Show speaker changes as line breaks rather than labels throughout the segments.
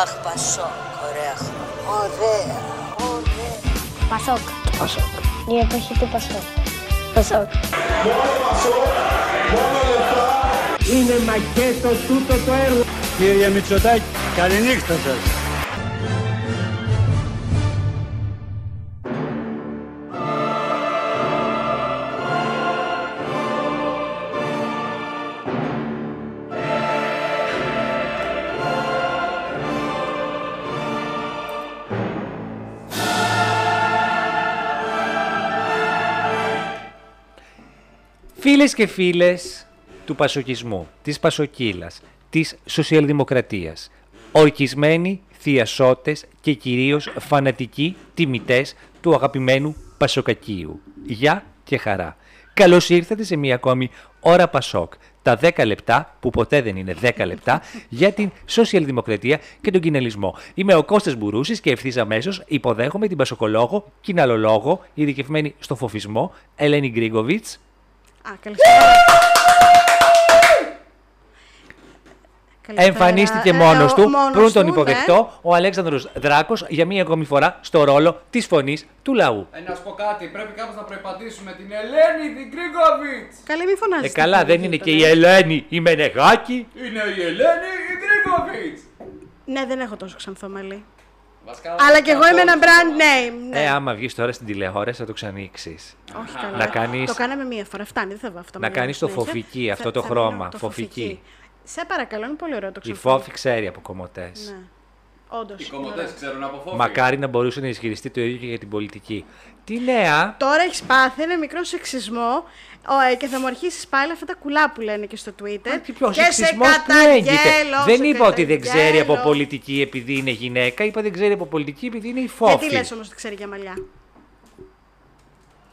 Αχ, Πασόκ, ωραία χρόνια. Ωραία, ωραία.
Πασόκ. Η εποχή του Πασόκ. Πασόκ.
Είναι μακέτο τούτο το έργο. Κύριε Μητσοτάκη, καληνύχτα σας.
Φίλες και φίλες του Πασοκισμού, της Πασοκύλας, της Σοσιαλδημοκρατίας, ορκισμένοι, θειασότες και κυρίως φανατικοί τιμητές του αγαπημένου Πασοκακίου. Γεια και χαρά. Καλώς ήρθατε σε μία ακόμη ώρα Πασόκ. Τα 10 λεπτά, που ποτέ δεν είναι 10 λεπτά, για την σοσιαλδημοκρατία και τον κοιναλισμό. Είμαι ο Κώστας Μπουρούσης και ευθύς αμέσως υποδέχομαι την Πασοκολόγο, κοιναλολόγο, ειδικευμένη στο φοφισμό, Ελένη Γκρίγκοβιτς.
Α, καλησπέρα. Καλησπέρα.
Εμφανίστηκε
Ε,
μόνος
ο-
του
μόνος
πριν τον
του, ναι.
υποδεχτώ ο Αλέξανδρος Δράκος για μία ακόμη φορά στο ρόλο της φωνής του λαού.
Ε, να σου πω κάτι, πρέπει κάπως να προεπαντήσουμε την Ελένη την Γκρίγκοβιτς.
ναι. Καλή, μη
Ε,
φωνάζεις.
καλά,
τα
δεν
παιδιά
είναι
τώρα.
και η Ελένη η Μενεγάκη.
Είναι η Ελένη η Γκρίγκοβιτς.
Ναι, δεν έχω τόσο ξανθό μαλλί.
Βασικά,
Αλλά κι εγώ είμαι ένα
μπράβο.
brand name. Ναι.
Ε, άμα βγεις τώρα στην τηλεόραση θα το ξανοίξεις.
Όχι καλά.
να κάνεις-
Το κάναμε μία φορά. Φτάνει, δεν θα βάλω αυτό.
Να κάνεις το φοφική, αυτό το χρώμα, φοφική.
Σε παρακαλώ, είναι πολύ ωραίο το
Η
ξανθό.
Φόφη ξέρει από κομμωτές.
Ναι. Όντως.
Οι κομμωτές ξέρουν από
Ναι.
φόβη.
Μακάρι να μπορούσε να ισχυριστεί το ίδιο και για την πολιτική. Τη νέα,
Τώρα έχεις πάθει ένα μικρό σεξισμό ο, ε, και θα μου αρχίσεις πάλι αυτά τα κουλά που λένε και στο Twitter.
τι πιο
Ε, και σε
σεξισμός που έγκυται.
καταγγέλλω,
Δεν
σε
είπα ότι δεν ξέρει από
καταγγέλλω.
πολιτική επειδή είναι γυναίκα, είπα δεν ξέρει από πολιτική επειδή είναι η Φόφη.
Γιατί λες όμως ότι ξέρει για μαλλιά.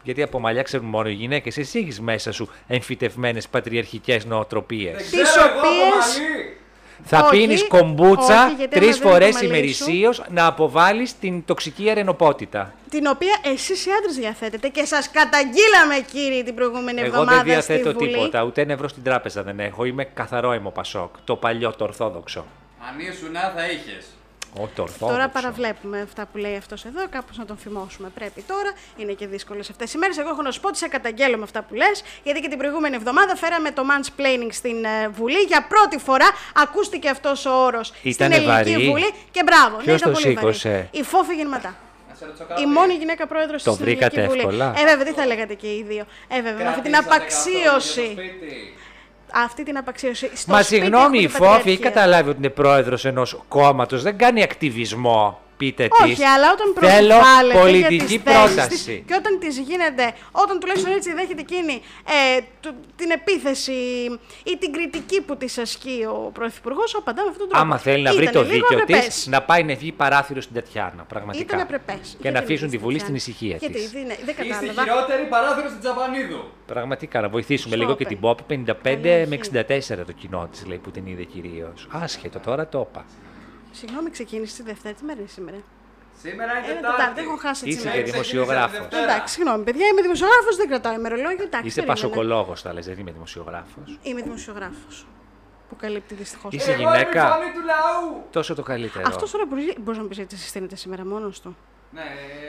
Γιατί από μαλλιά ξέρουν μόνο οι γυναίκες. Εσύ έχεις μέσα σου εμφυτευμένες πατριαρχικές νοοτροπίες.
Δεν
Τις
ξέρω εγώ από
οποίες-
μαλλί.
Θα
Ε, όχι,
πίνεις κομπούτσα
όχι, γιατί
τρεις
άμα δεν είναι
φορές
το μαλλί
ημερησίως να αποβάλεις την τοξική αρενοπότητα.
Την οποία εσείς οι άντρες διαθέτετε και σας καταγγείλαμε, κύριοι, την προηγούμενη
Εγώ
εβδομάδα.
δεν διαθέτω
στη Βουλή.
τίποτα. Ούτε ένα ευρώ στην τράπεζα δεν έχω. Είμαι καθαρό αιμοπασόκ. Το παλιό, το ορθόδοξο.
Αν ήσουν να θα είχες.
Ο, το ορθόδοξο.
Τώρα παραβλέπουμε αυτά που λέει αυτός εδώ, κάπως να τον φημώσουμε. Πρέπει τώρα, είναι και δύσκολες αυτές οι μέρες. Εγώ έχω να σου πω ότι σε καταγγέλλω με αυτά που λες, γιατί και την προηγούμενη εβδομάδα φέραμε το mansplaining στην ε, Βουλή. Για πρώτη φορά ακούστηκε αυτός ο όρος στην
Ήτανε
Ελληνική
βαρύ.
Βουλή. Και μπράβο, ναι,
Ποιος
ήταν
το
πολύ βαρύ.
σήκωσε?
Η φόφη γεννηματά.
Να σε ρωτήσω κάτι.
Η μόνη γυναίκα πρόεδρος
Το
της Ελληνική
βρήκατε
Βουλή.
εύκολα?
Ε, βέβαια, τι θα λέγατε και οι δύο. Ε, βέβαια, με αυτή την
Κρατήσατε
απαξίωση.
καθόλου για το σπίτι.
Αυτή την απαξίωση. Στο
Μα
σπίτι
συγγνώμη,
έχουν
η Φόφη
πατριαρχία.
έχει καταλάβει ότι είναι πρόεδρος ενός κόμματος. Δεν κάνει ακτιβισμό. Πείτε τη.
Όχι, αλλά όταν
Θέλω
προβάλλεται για τις
πολιτική
θέσεις
πρόταση.
της και όταν της γίνεται, όταν τουλάχιστον έτσι δέχεται εκείνη ε, του- την επίθεση ή την κριτική που της ασκεί ο Πρωθυπουργός, απαντά με αυτόν τον τρόπο.
Άμα θέλει να βρει
Ήτανε
το
λίγο
δίκιο
απρεπές.
της, να πάει να βγει παράθυρο στην Τατιάνα. Πραγματικά.
Ήταν απρεπέ.
Και να αφήσουν τη Βουλή στην ησυχία τη.
Γιατί δεν, δεν
Είστε η
κατάλαβα.
χειρότερη παράθυρο στην Τζαπανίδου.
Πραγματικά, να βοηθήσουμε
Στο
λίγο
όπεν.
και την Πόπη. 55
Καλή
με
αρχή.
64 το κοινό της λέει που την είδε κυρίως. Άσχετο, τώρα το είπα.
Συγγνώμη, ξεκίνησες τη Δευτέρα. Τι μέρα είναι σήμερα.
Σήμερα είναι
Ε,
Τετάρτη.
Τετάρτη, έχω χάσει τις
Είσαι
μέρες.
και δημοσιογράφος.
Ξεκίνησε τη Δευτέρα.
Εντάξει, συγγνώμη, παιδιά, είμαι δημοσιογράφος, δεν κρατάω ημερολόγιο. Εντάξει,
Είσαι
περίμενα.
πασοκολόγο, θα λες, δεν είμαι δημοσιογράφος.
Είμαι δημοσιογράφος. Που καλύπτει δυστυχώς.
Είσαι
Εγώ είμαι
γυναίκα.
η φωνή του λαού.
Τόσο το καλύτερο.
Αυτός τώρα μπορείς, μπορείς να μου πεις έτσι συστήνεται σήμερα μόνος του.
Ναι,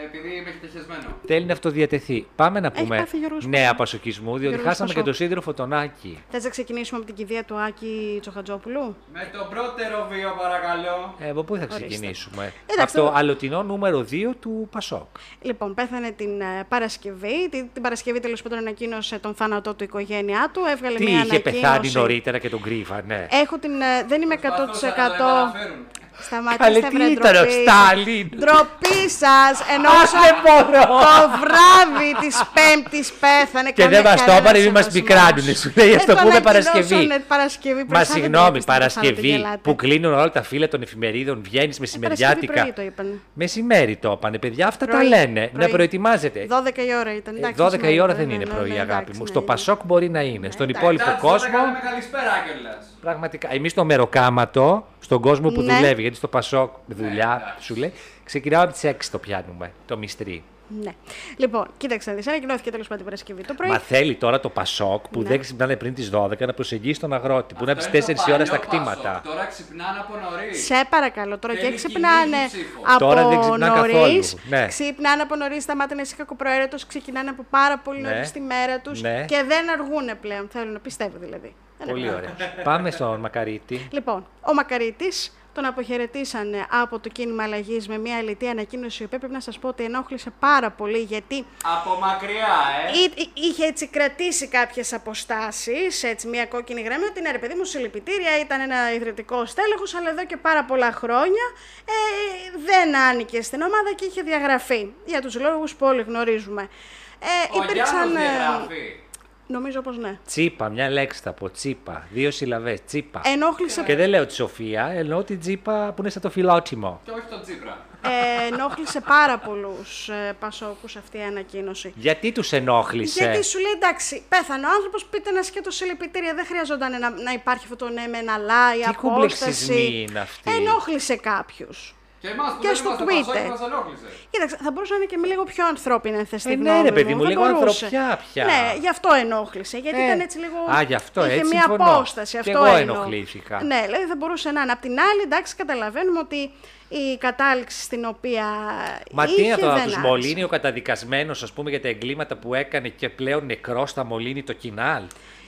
επειδή είμαι χτεχεσμένο.
Θέλει να αυτοδιατεθεί. Πάμε να
Έχει
πούμε
πάθει Γιώργος
νέα
Πασόκ.
πασοκισμού, διότι
Γιώργος
χάσαμε και
Πασόκ.
το σίδηροφο τον Άκη.
Θες να ξεκινήσουμε από την κηδεία του Άκη Τσοχατζόπουλου.
Με το πρώτερο βίο παρακαλώ.
Ε, από πού θα
Ορίστε.
ξεκινήσουμε.
Εντάξει,
από το
τώρα-
αλωτινό νούμερο 2 του Πασόκ.
Λοιπόν, πέθανε την ε, Παρασκευή. Την, την Παρασκευή τέλος πάντων ανακοίνωσε τον θάνατό του η οικογένειά του. Έβγαλε
Τι
μια
είχε
ανακοίνωση.
πεθάνει νωρίτερα και τον κρύβανε.
Έχω την. ε, δεν είμαι 100%.
Προσπαθούσαν να τα επαναφέρουν.
Σταματήστε
Καλέ, τι
βρε,
ήταν ο
ντροπή.
Στάλιν.
Ντροπή σας!
Ας
Εννοούσα
δεν μπορώ.
το βράδυ της Πέμπτης πέθανε.
Και δεν
Κάνε
μας το
κανένα
έπανε, μη μας
σεβασμός.
πικράνουνε, σου λέει,
Ε,
ας το
το
πούμε
ανακοινώσανε
Παρασκευή.
Παρασκευή
Μα
προφανώς δεν
συγγνώμη,
πρέπει να
Παρασκευή
γελάτε.
που κλείνουν όλα τα φύλλα των εφημερίδων, βγαίνεις μεσημεριάτικα.
Παρασκευή πρωί το είπανε.
Μεσημέρι το είπανε, παιδιά, αυτά τα
Πρωί,
λένε.
πρωί.
Να προετοιμάζετε.
12 η ώρα ήταν.
Ε,
Εντάξει,
12 η ώρα
ναι,
δεν
ναι,
είναι
ναι,
πρωί,
ναι,
αγάπη
εντάξει,
μου.
ναι,
Στο
ναι.
Πασόκ μπορεί να είναι. Στον
εντάξει.
υπόλοιπο
Εντάξει, τότε
κόσμο.
κάναμε καλησπέρα κιόλας.
Πραγματικά. Εμείς στο μεροκάματο, στον κόσμο που
Ναι.
Ναι,
δουλεύει, γιατί στο Πασόκ δουλειά σου λέει, ξεκινάμε από τις 6 το πιάνουμε, το μυστρή.
Ναι. Λοιπόν, κοίταξε να δεις. Ανακοινώθηκε τέλο πάντων την Παρασκευή το πρωί. Ναι.
Μα θέλει τώρα το Πασόκ που δεν ξυπνάνε πριν τις 12 να προσεγγίσει τον αγρότη που είναι από
Αυτό
τι
είναι
4
το
η ώρα στα
παλιό
κτήματα.
Πασόκ. Τώρα ξυπνάνε από νωρίς.
Σε παρακαλώ, τώρα και
Θέλει
ξυπνάνε
κοινή ψήφο.
από
Τώρα δεν ξυπνά
νωρίς,
καθόλου, ναι.
Ξυπνάνε από νωρίς, σταμάτανε εσύ κακοπροαίρετος, ξεκινάνε από πάρα πολύ
Ναι.
νωρίς τη μέρα τους
Ναι.
και δεν αργούν πλέον. Θέλουν να πιστεύω δηλαδή. Δεν
Πολύ
αργούν.
ωραία. Πάμε στον Μακαρίτη.
Λοιπόν, ο Μακαρίτης τον αποχαιρετήσανε από το κίνημα αλλαγής με μια αλητή ανακοίνωση, η οποία πρέπει να σας πω ότι ενόχλησε πάρα πολύ γιατί
Από μακριά, ε.
Ή- εί- είχε έτσι κρατήσει κάποιες αποστάσεις, έτσι μια κόκκινη γραμμή, ότι ναι, ρε παιδί μου, συλληπιτήρια, ήταν ένα ιδρυτικό στέλεχος, αλλά εδώ και πάρα πολλά χρόνια ε, δεν άνοικε στην ομάδα και είχε διαγραφεί. Για τους λόγους που όλοι γνωρίζουμε. Ε,
Ο Γιάννος
ε,
διαγράφει.
Νομίζω πως ναι.
Τσίπα, μια λέξη θα πω. Τσίπα. Δύο συλλαβές. Τσίπα.
Ενόχλησε,
Και δεν λέω τη Σοφία, εννοώ την τσίπα που είναι σαν το φιλότιμο.
Και όχι τον Τσίπρα.
ε, ενόχλησε πάρα πολλούς ε, πασόκους αυτή η ανακοίνωση.
Γιατί τους ενόχλησε.
Γιατί σου λέει εντάξει, πέθανε ο άνθρωπος, πείτε ένα σκέτο συλληπιτήρια. Δεν χρειαζόταν να, να υπάρχει αυτό το ναι με ένα αλλά, η
Τι
απόσταση.
κομπλεξισμοί είναι αυτοί.
Ενόχλησε κάποιους.
Και εμάς που
Και
δεν
στο
είμαστε
Twitter.
Πασόκ μας ενόχλησε.
Κοίταξε, θα μπορούσε να είναι και με λίγο πιο ανθρώπινη αν θες τη
Ε, ναι,
γνώμη
ρε, παιδί μου,
θα
λίγο
μπορούσε.
ανθρωπιά πια.
Ναι, γι' αυτό ενόχλησε. Γιατί
Ε.
ήταν έτσι λίγο.
Α, γι' αυτό,
είχε
έτσι,
μια
συμφωνώ.
απόσταση.
Κι
Αυτό
εγώ
εννοώ.
ενοχλήθηκα.
Ναι, δηλαδή θα μπορούσε να είναι. Απ' την άλλη, εντάξει, καταλαβαίνουμε ότι η κατάληξη στην οποία.
Μα
είχε,
τι να το να
δεν
τους
άρεσε.
μολύνει ο καταδικασμένος, ας πούμε, για τα εγκλήματα που έκανε και πλέον νεκρός θα μολύνει το κοινάλ.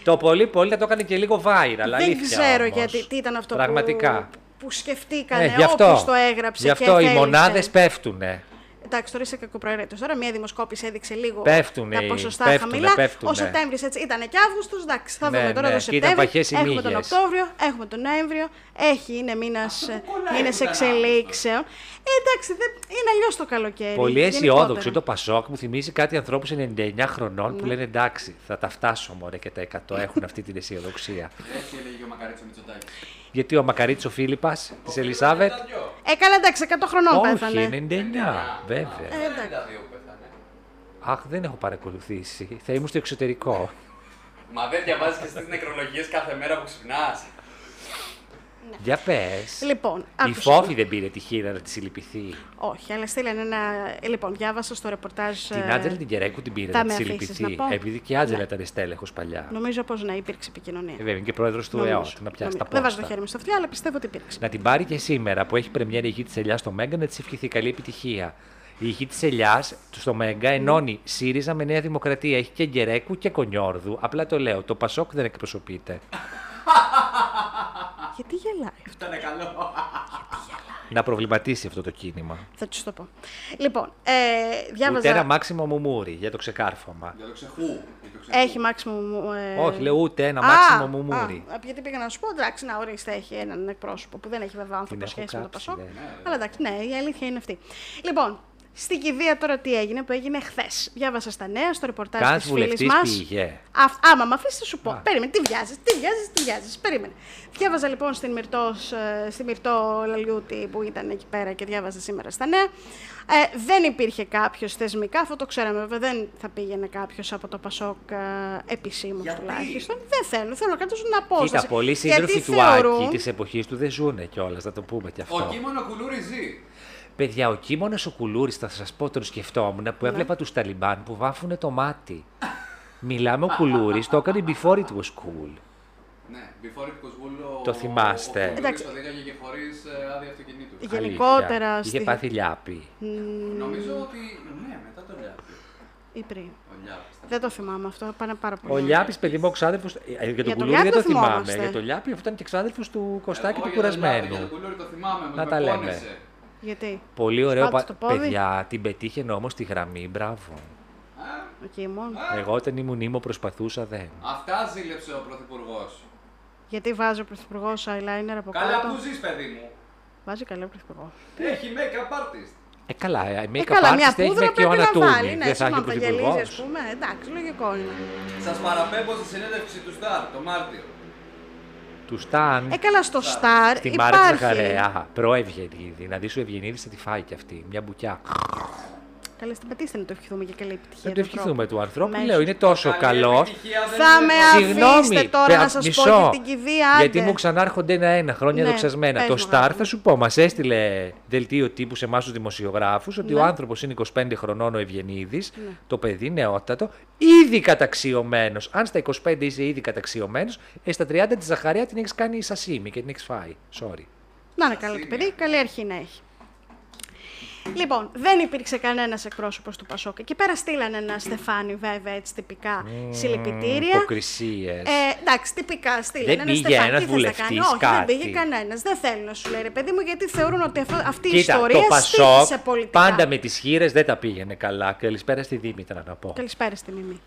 Το πολύ πολύ θα το έκανε και λίγο viral.
Δεν
αλήθεια
ξέρω
όμως.
γιατί τι ήταν αυτό
Πραγματικά. Ναι, Ε,
που, που σκεφτήκανε,
γι' αυτό,
όποιος το έγραψε
Γι'
και
αυτό οι
θέλησε.
μονάδες πέφτουνε.
Εντάξει, τώρα είσαι κακοπροαίρετος. Τώρα μια δημοσκόπηση έδειξε λίγο
Πέφτουνε
τα
οι-
ποσοστά
πέφτουνε,
χαμηλά.
πέφτουνε.
Ο Σεπτέμβρης έτσι ήταν και Αύγουστος. Εντάξει, θα
Ναι,
δούμε τώρα
ναι,
το
και ήταν
Σεπτέμβριο.
βαχές οι
Έχουμε τον
μύγες.
Οκτώβριο, έχουμε τον Νοέμβριο. Έχει, είναι μήνας
κολλάει με τον
εξελίξεων. Ε, εντάξει, δεν, είναι αλλιώς το καλοκαίρι.
Πολύ
γενικότερα. Ναι.
αισιόδοξο το Πασόκ μου θυμίζει κάτι ανθρώπους 99 χρονών που λένε εντάξει, θα τα φτάσω μωρέ και τα 100 έχουν αυτή την αισιοδοξία.
Έτσι έλεγε ο Μακαρίτσο Μητσοτάκης.
Γιατί ο Μακαρίτσο Φίλιππας της Ελισάβετ.
Τα δυο.
Ε, καλά, εντάξει, 100 χρονών
Όχι,
πέθανε.
99, βέβαια.
Ε, εντάξει.
Τα δύο που πέθανε.
Αχ, δεν έχω παρακολουθήσει. Θα ήμουν στο εξωτερικό.
Μα δεν διαβάζεις και στις νεκρολογίες κάθε μέρα που ξυπνάς.
Για πες.
Ναι. Λοιπόν,
Η
άκουσα.
Φόφη δεν πήρε τη χείρα να της συλληπιθεί.
Όχι, αλλά στείλανε ένα. ε, Λοιπόν, διάβασα στο ρεπορτάζ.
Την
ε,
Άντζελα την Κερέκου την πήρε
τα
να
με
τη
αφήσεις
συλληπιθεί.
να πω? Ναι.
Επειδή και η Άντζελα ήταν στέλεχος παλιά.
Νομίζω πως ναι, υπήρξε επικοινωνία.
Ε, Βέβαια, είναι και πρόεδρος του
Νομίζω,
ΕΟΤ. Να πιάσει
νομίζω.
τα
Δεν βάζω το
πόστα.
χέρι μου στο αυτιά, αλλά πιστεύω ότι υπήρξε.
Να την πάρει και σήμερα που έχει πρεμιέρα η γη της Ελιάς στο Μέγκα να της ευχηθεί καλή επιτυχία. Η γη της Ελιάς στο Μέγκα ενώνει ΣΥΡΙΖΑ με Νέα Δημοκρατία. Έχει και Γκερέκου και Κονιόρδου. Απλά το λέω, το Πασόκ δεν εκπροσωπείται.
Γιατί γελάει.
Ήταν καλό.
να προβληματίσει αυτό το κίνημα.
Θα τους το πω. Λοιπόν, ε,
Ούτε ένα
διάβαζα.
μάξιμο μουμούρι για το ξεκάρφωμα.
Για το ξεχού. Για το ξεχού.
Έχει μάξιμο. Ε...
Όχι, λέω ούτε ένα
Α,
μάξιμο μουμούρι.
Α, γιατί πήγα να σου πω, εντάξει, να ορίστε, έχει έναν εκπρόσωπο που δεν έχει βέβαια άνθρωπο
Την έχω
σχέση με το
κάψει,
Πασόκ.
ναι.
Αλλά εντάξει, ναι, η αλήθεια είναι αυτή. Λοιπόν, στην κηδεία τώρα τι έγινε, που έγινε χθες. Διάβασα στα νέα, στο ρεπορτάζ
Καν
τη φίλη
βουλευτή
μας.
πήγε.
Αυτ- Άμα με αφήσεις, σου πω. Περίμενε, τι βιάζεις, τι βιάζεις, τι βιάζεις. Περίμενε. Διάβαζα λοιπόν στην Μυρτός, ε, στη Μυρτό Λαλιούτη που ήταν εκεί πέρα και διάβαζα σήμερα στα νέα. Ε, δεν υπήρχε κάποιος θεσμικά, αυτό το ξέραμε βέβαια. Δεν θα πήγαινε κάποιος από το Πασόκ ε, επισήμως
Γιατί?
τουλάχιστον. Δεν θέλω, θέλω να κάτω να πω.
Κοίτα, πολλοί σύντροφοι του Άκη της εποχής του δεν ζούνε κιόλας, να το πούμε κι αυτό.
Ο κείμενο κουλούρι ζει.
Παιδιά, ο κείμενο ο Κουλούρης, θα σας πω, τον σκεφτόμουν
Ναι.
που έβλεπα τους Ταλιμπάν που βάφουνε το μάτι. Μιλάμε ο Κουλούρης, το έκανε before it was cool.
Ναι, before it was wool, ο-
Το θυμάστε.
ο Κουλούρης
Εντάξει.
Το δίκαγε και χωρί άδεια αυτοκινήτου.
Γενικότερα
Αλήθεια.
στη- Ναι.
Είχε πάθει λιάπη.
Νομίζω ότι. Ναι, μετά το Λιάπη.
Ή πριν.
Ο Λιάπης.
Δεν το θυμάμαι αυτό, πάνε πάρα πολύ.
Ο Λιάπης, παιδί μου, ο ξάδερφος. Για τον
τον
Κουλούρη
Λιάπη
δεν το
το
θυμάμαι.
θυμόμαστε.
Για τον Λιάπη, αυτό ήταν και ξάδερφος του Κωστάκη
Εγώ
του
για το Ε, Λιάπη, Για
Κουρασμένου.
τον κουλούρι το θυμάμαι. μου
Να
με
τα λέμε.
πόνισε.
Γιατί,
Πολύ ωραίο
Σπάτσε
πα...
το πόδι.
παιδιά. Την πετύχαινε όμως τη γραμμή. Μπράβο.
ο Κίμων.
Εγώ όταν ήμουν ήμο προσπαθούσα δεν.
Αυτά ζήλεψε ο πρωθυπουργός.
Γιατί βάζει ο πρωθυπουργός eyeliner από
Καλά
κάτω.
που ζεις, παιδί μου.
Βάζει καλά ο πρωθυπουργό.
Έχει make-up artist.
Ε, καλά, ε,
Ε,
make-up
καλά, μια
artist έχει
πούδρα
και ο
πρέπει να βάλει.
Ανατούνη. δεν
Ναι,
θα
έτσι
έχει
να
πρωθυπουργό.
βαγγελίζει, ας πούμε. Εντάξει, λογικό είναι.
Σας παραπέμπω στη συνέντευξη του Σταρ το Μάρτιο.
Του Σταν.
Ε, καλά, στο Star
Στη Μάρα
υπάρχει.
Ζαχαρέα, προευγενίδη. Να δεις σου ευγενίδη θα τη φάει κι αυτή. Μια μπουκιά.
Καλά, στην πατήστε να το ευχηθούμε και καλή επιτυχία.
Δεν το
του
ευχηθούμε
ανθρώπου.
του ανθρώπου.
Μέχρι-
Λέω, είναι τόσο
Καλή
καλός.
επιτυχία δεν
Θα
είναι
με
εδώ.
α-
Συγγνώμη,
τώρα
δε-
να σας πω
μισό.
για την κηδεία, άντε.
Γιατί μου ξανάρχονται ένα-ένα χρόνια
Ναι,
δοξασμένα.
πες
Το
μου,
Star
αγάπη
θα σου πω, μας έστειλε δελτίο τύπου σε εμάς τους δημοσιογράφους ότι
Ναι.
ο άνθρωπος είναι 25 χρονών ο Ευγενίδης, το παιδί νεότατο, ήδη καταξιωμένος. Αν στα 25 είσαι ήδη καταξιωμένος, ε, στα 30 τη Ζαχαρία την έχεις κάνει σασίμι και την έχεις φάει. Sorry.
Να είναι καλά το παιδί, καλή αρχή να έχει. Λοιπόν, δεν υπήρξε κανένας εκπρόσωπος του Πασόκ. Εκεί πέρα στείλανε ένα στεφάνι, βέβαια, έτσι τυπικά συλληπιτήρια.
Υποκρισίες.
Ε, εντάξει, τυπικά στείλανε.
Δεν
ένα
πήγε
στεφάνι,
ένας
τι θες να
βουλευτής,
κάνει. Όχι, δεν
κάτι.
πήγε κανένας. Δεν θέλουν να σου λέει, ρε παιδί μου, γιατί θεωρούν ότι αυτό- αυτή η
Κοίτα,
ιστορία
το Πασόκ
στήχησε πολιτικά.
πάντα με τις χείρες δεν τα πήγαινε καλά. Καλησπέρα στη Δήμητρα να πω.
Καλησπέρα στη Μιμή.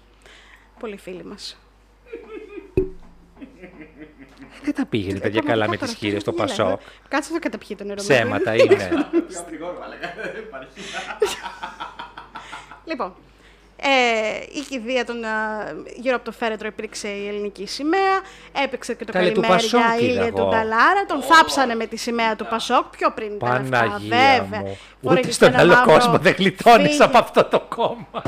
Πολύ φίλη μας.
Δεν τα
Ε,
πήγαινε παιδιά καλά με τις χείρε το Πασόκ.
Κάτσε ε. να το καταπιεί το νερό. μου.
Ψέματα είναι.
Πιο γρήγορα, αλλά δεν υπάρχει.
Λοιπόν, ε, η κηδεία των, α, γύρω από το φέρετρο υπήρξε η ελληνική σημαία, έπαιξε και το
Καλέ, του
καλημέρι
Πασόκ
για
είδα
ήλια
εγώ.
τον Ταλάρα, τον θάψανε με τη σημαία του Πασόκ, πιο πριν ήταν αυτά,
Παναγία
βέβαια.
μου. Ούτε
Φόραγε και
στον
ένα
άλλο
μαύρο
κόσμο δεν γλιτώνεις
φύγι.
από αυτό το κόμμα.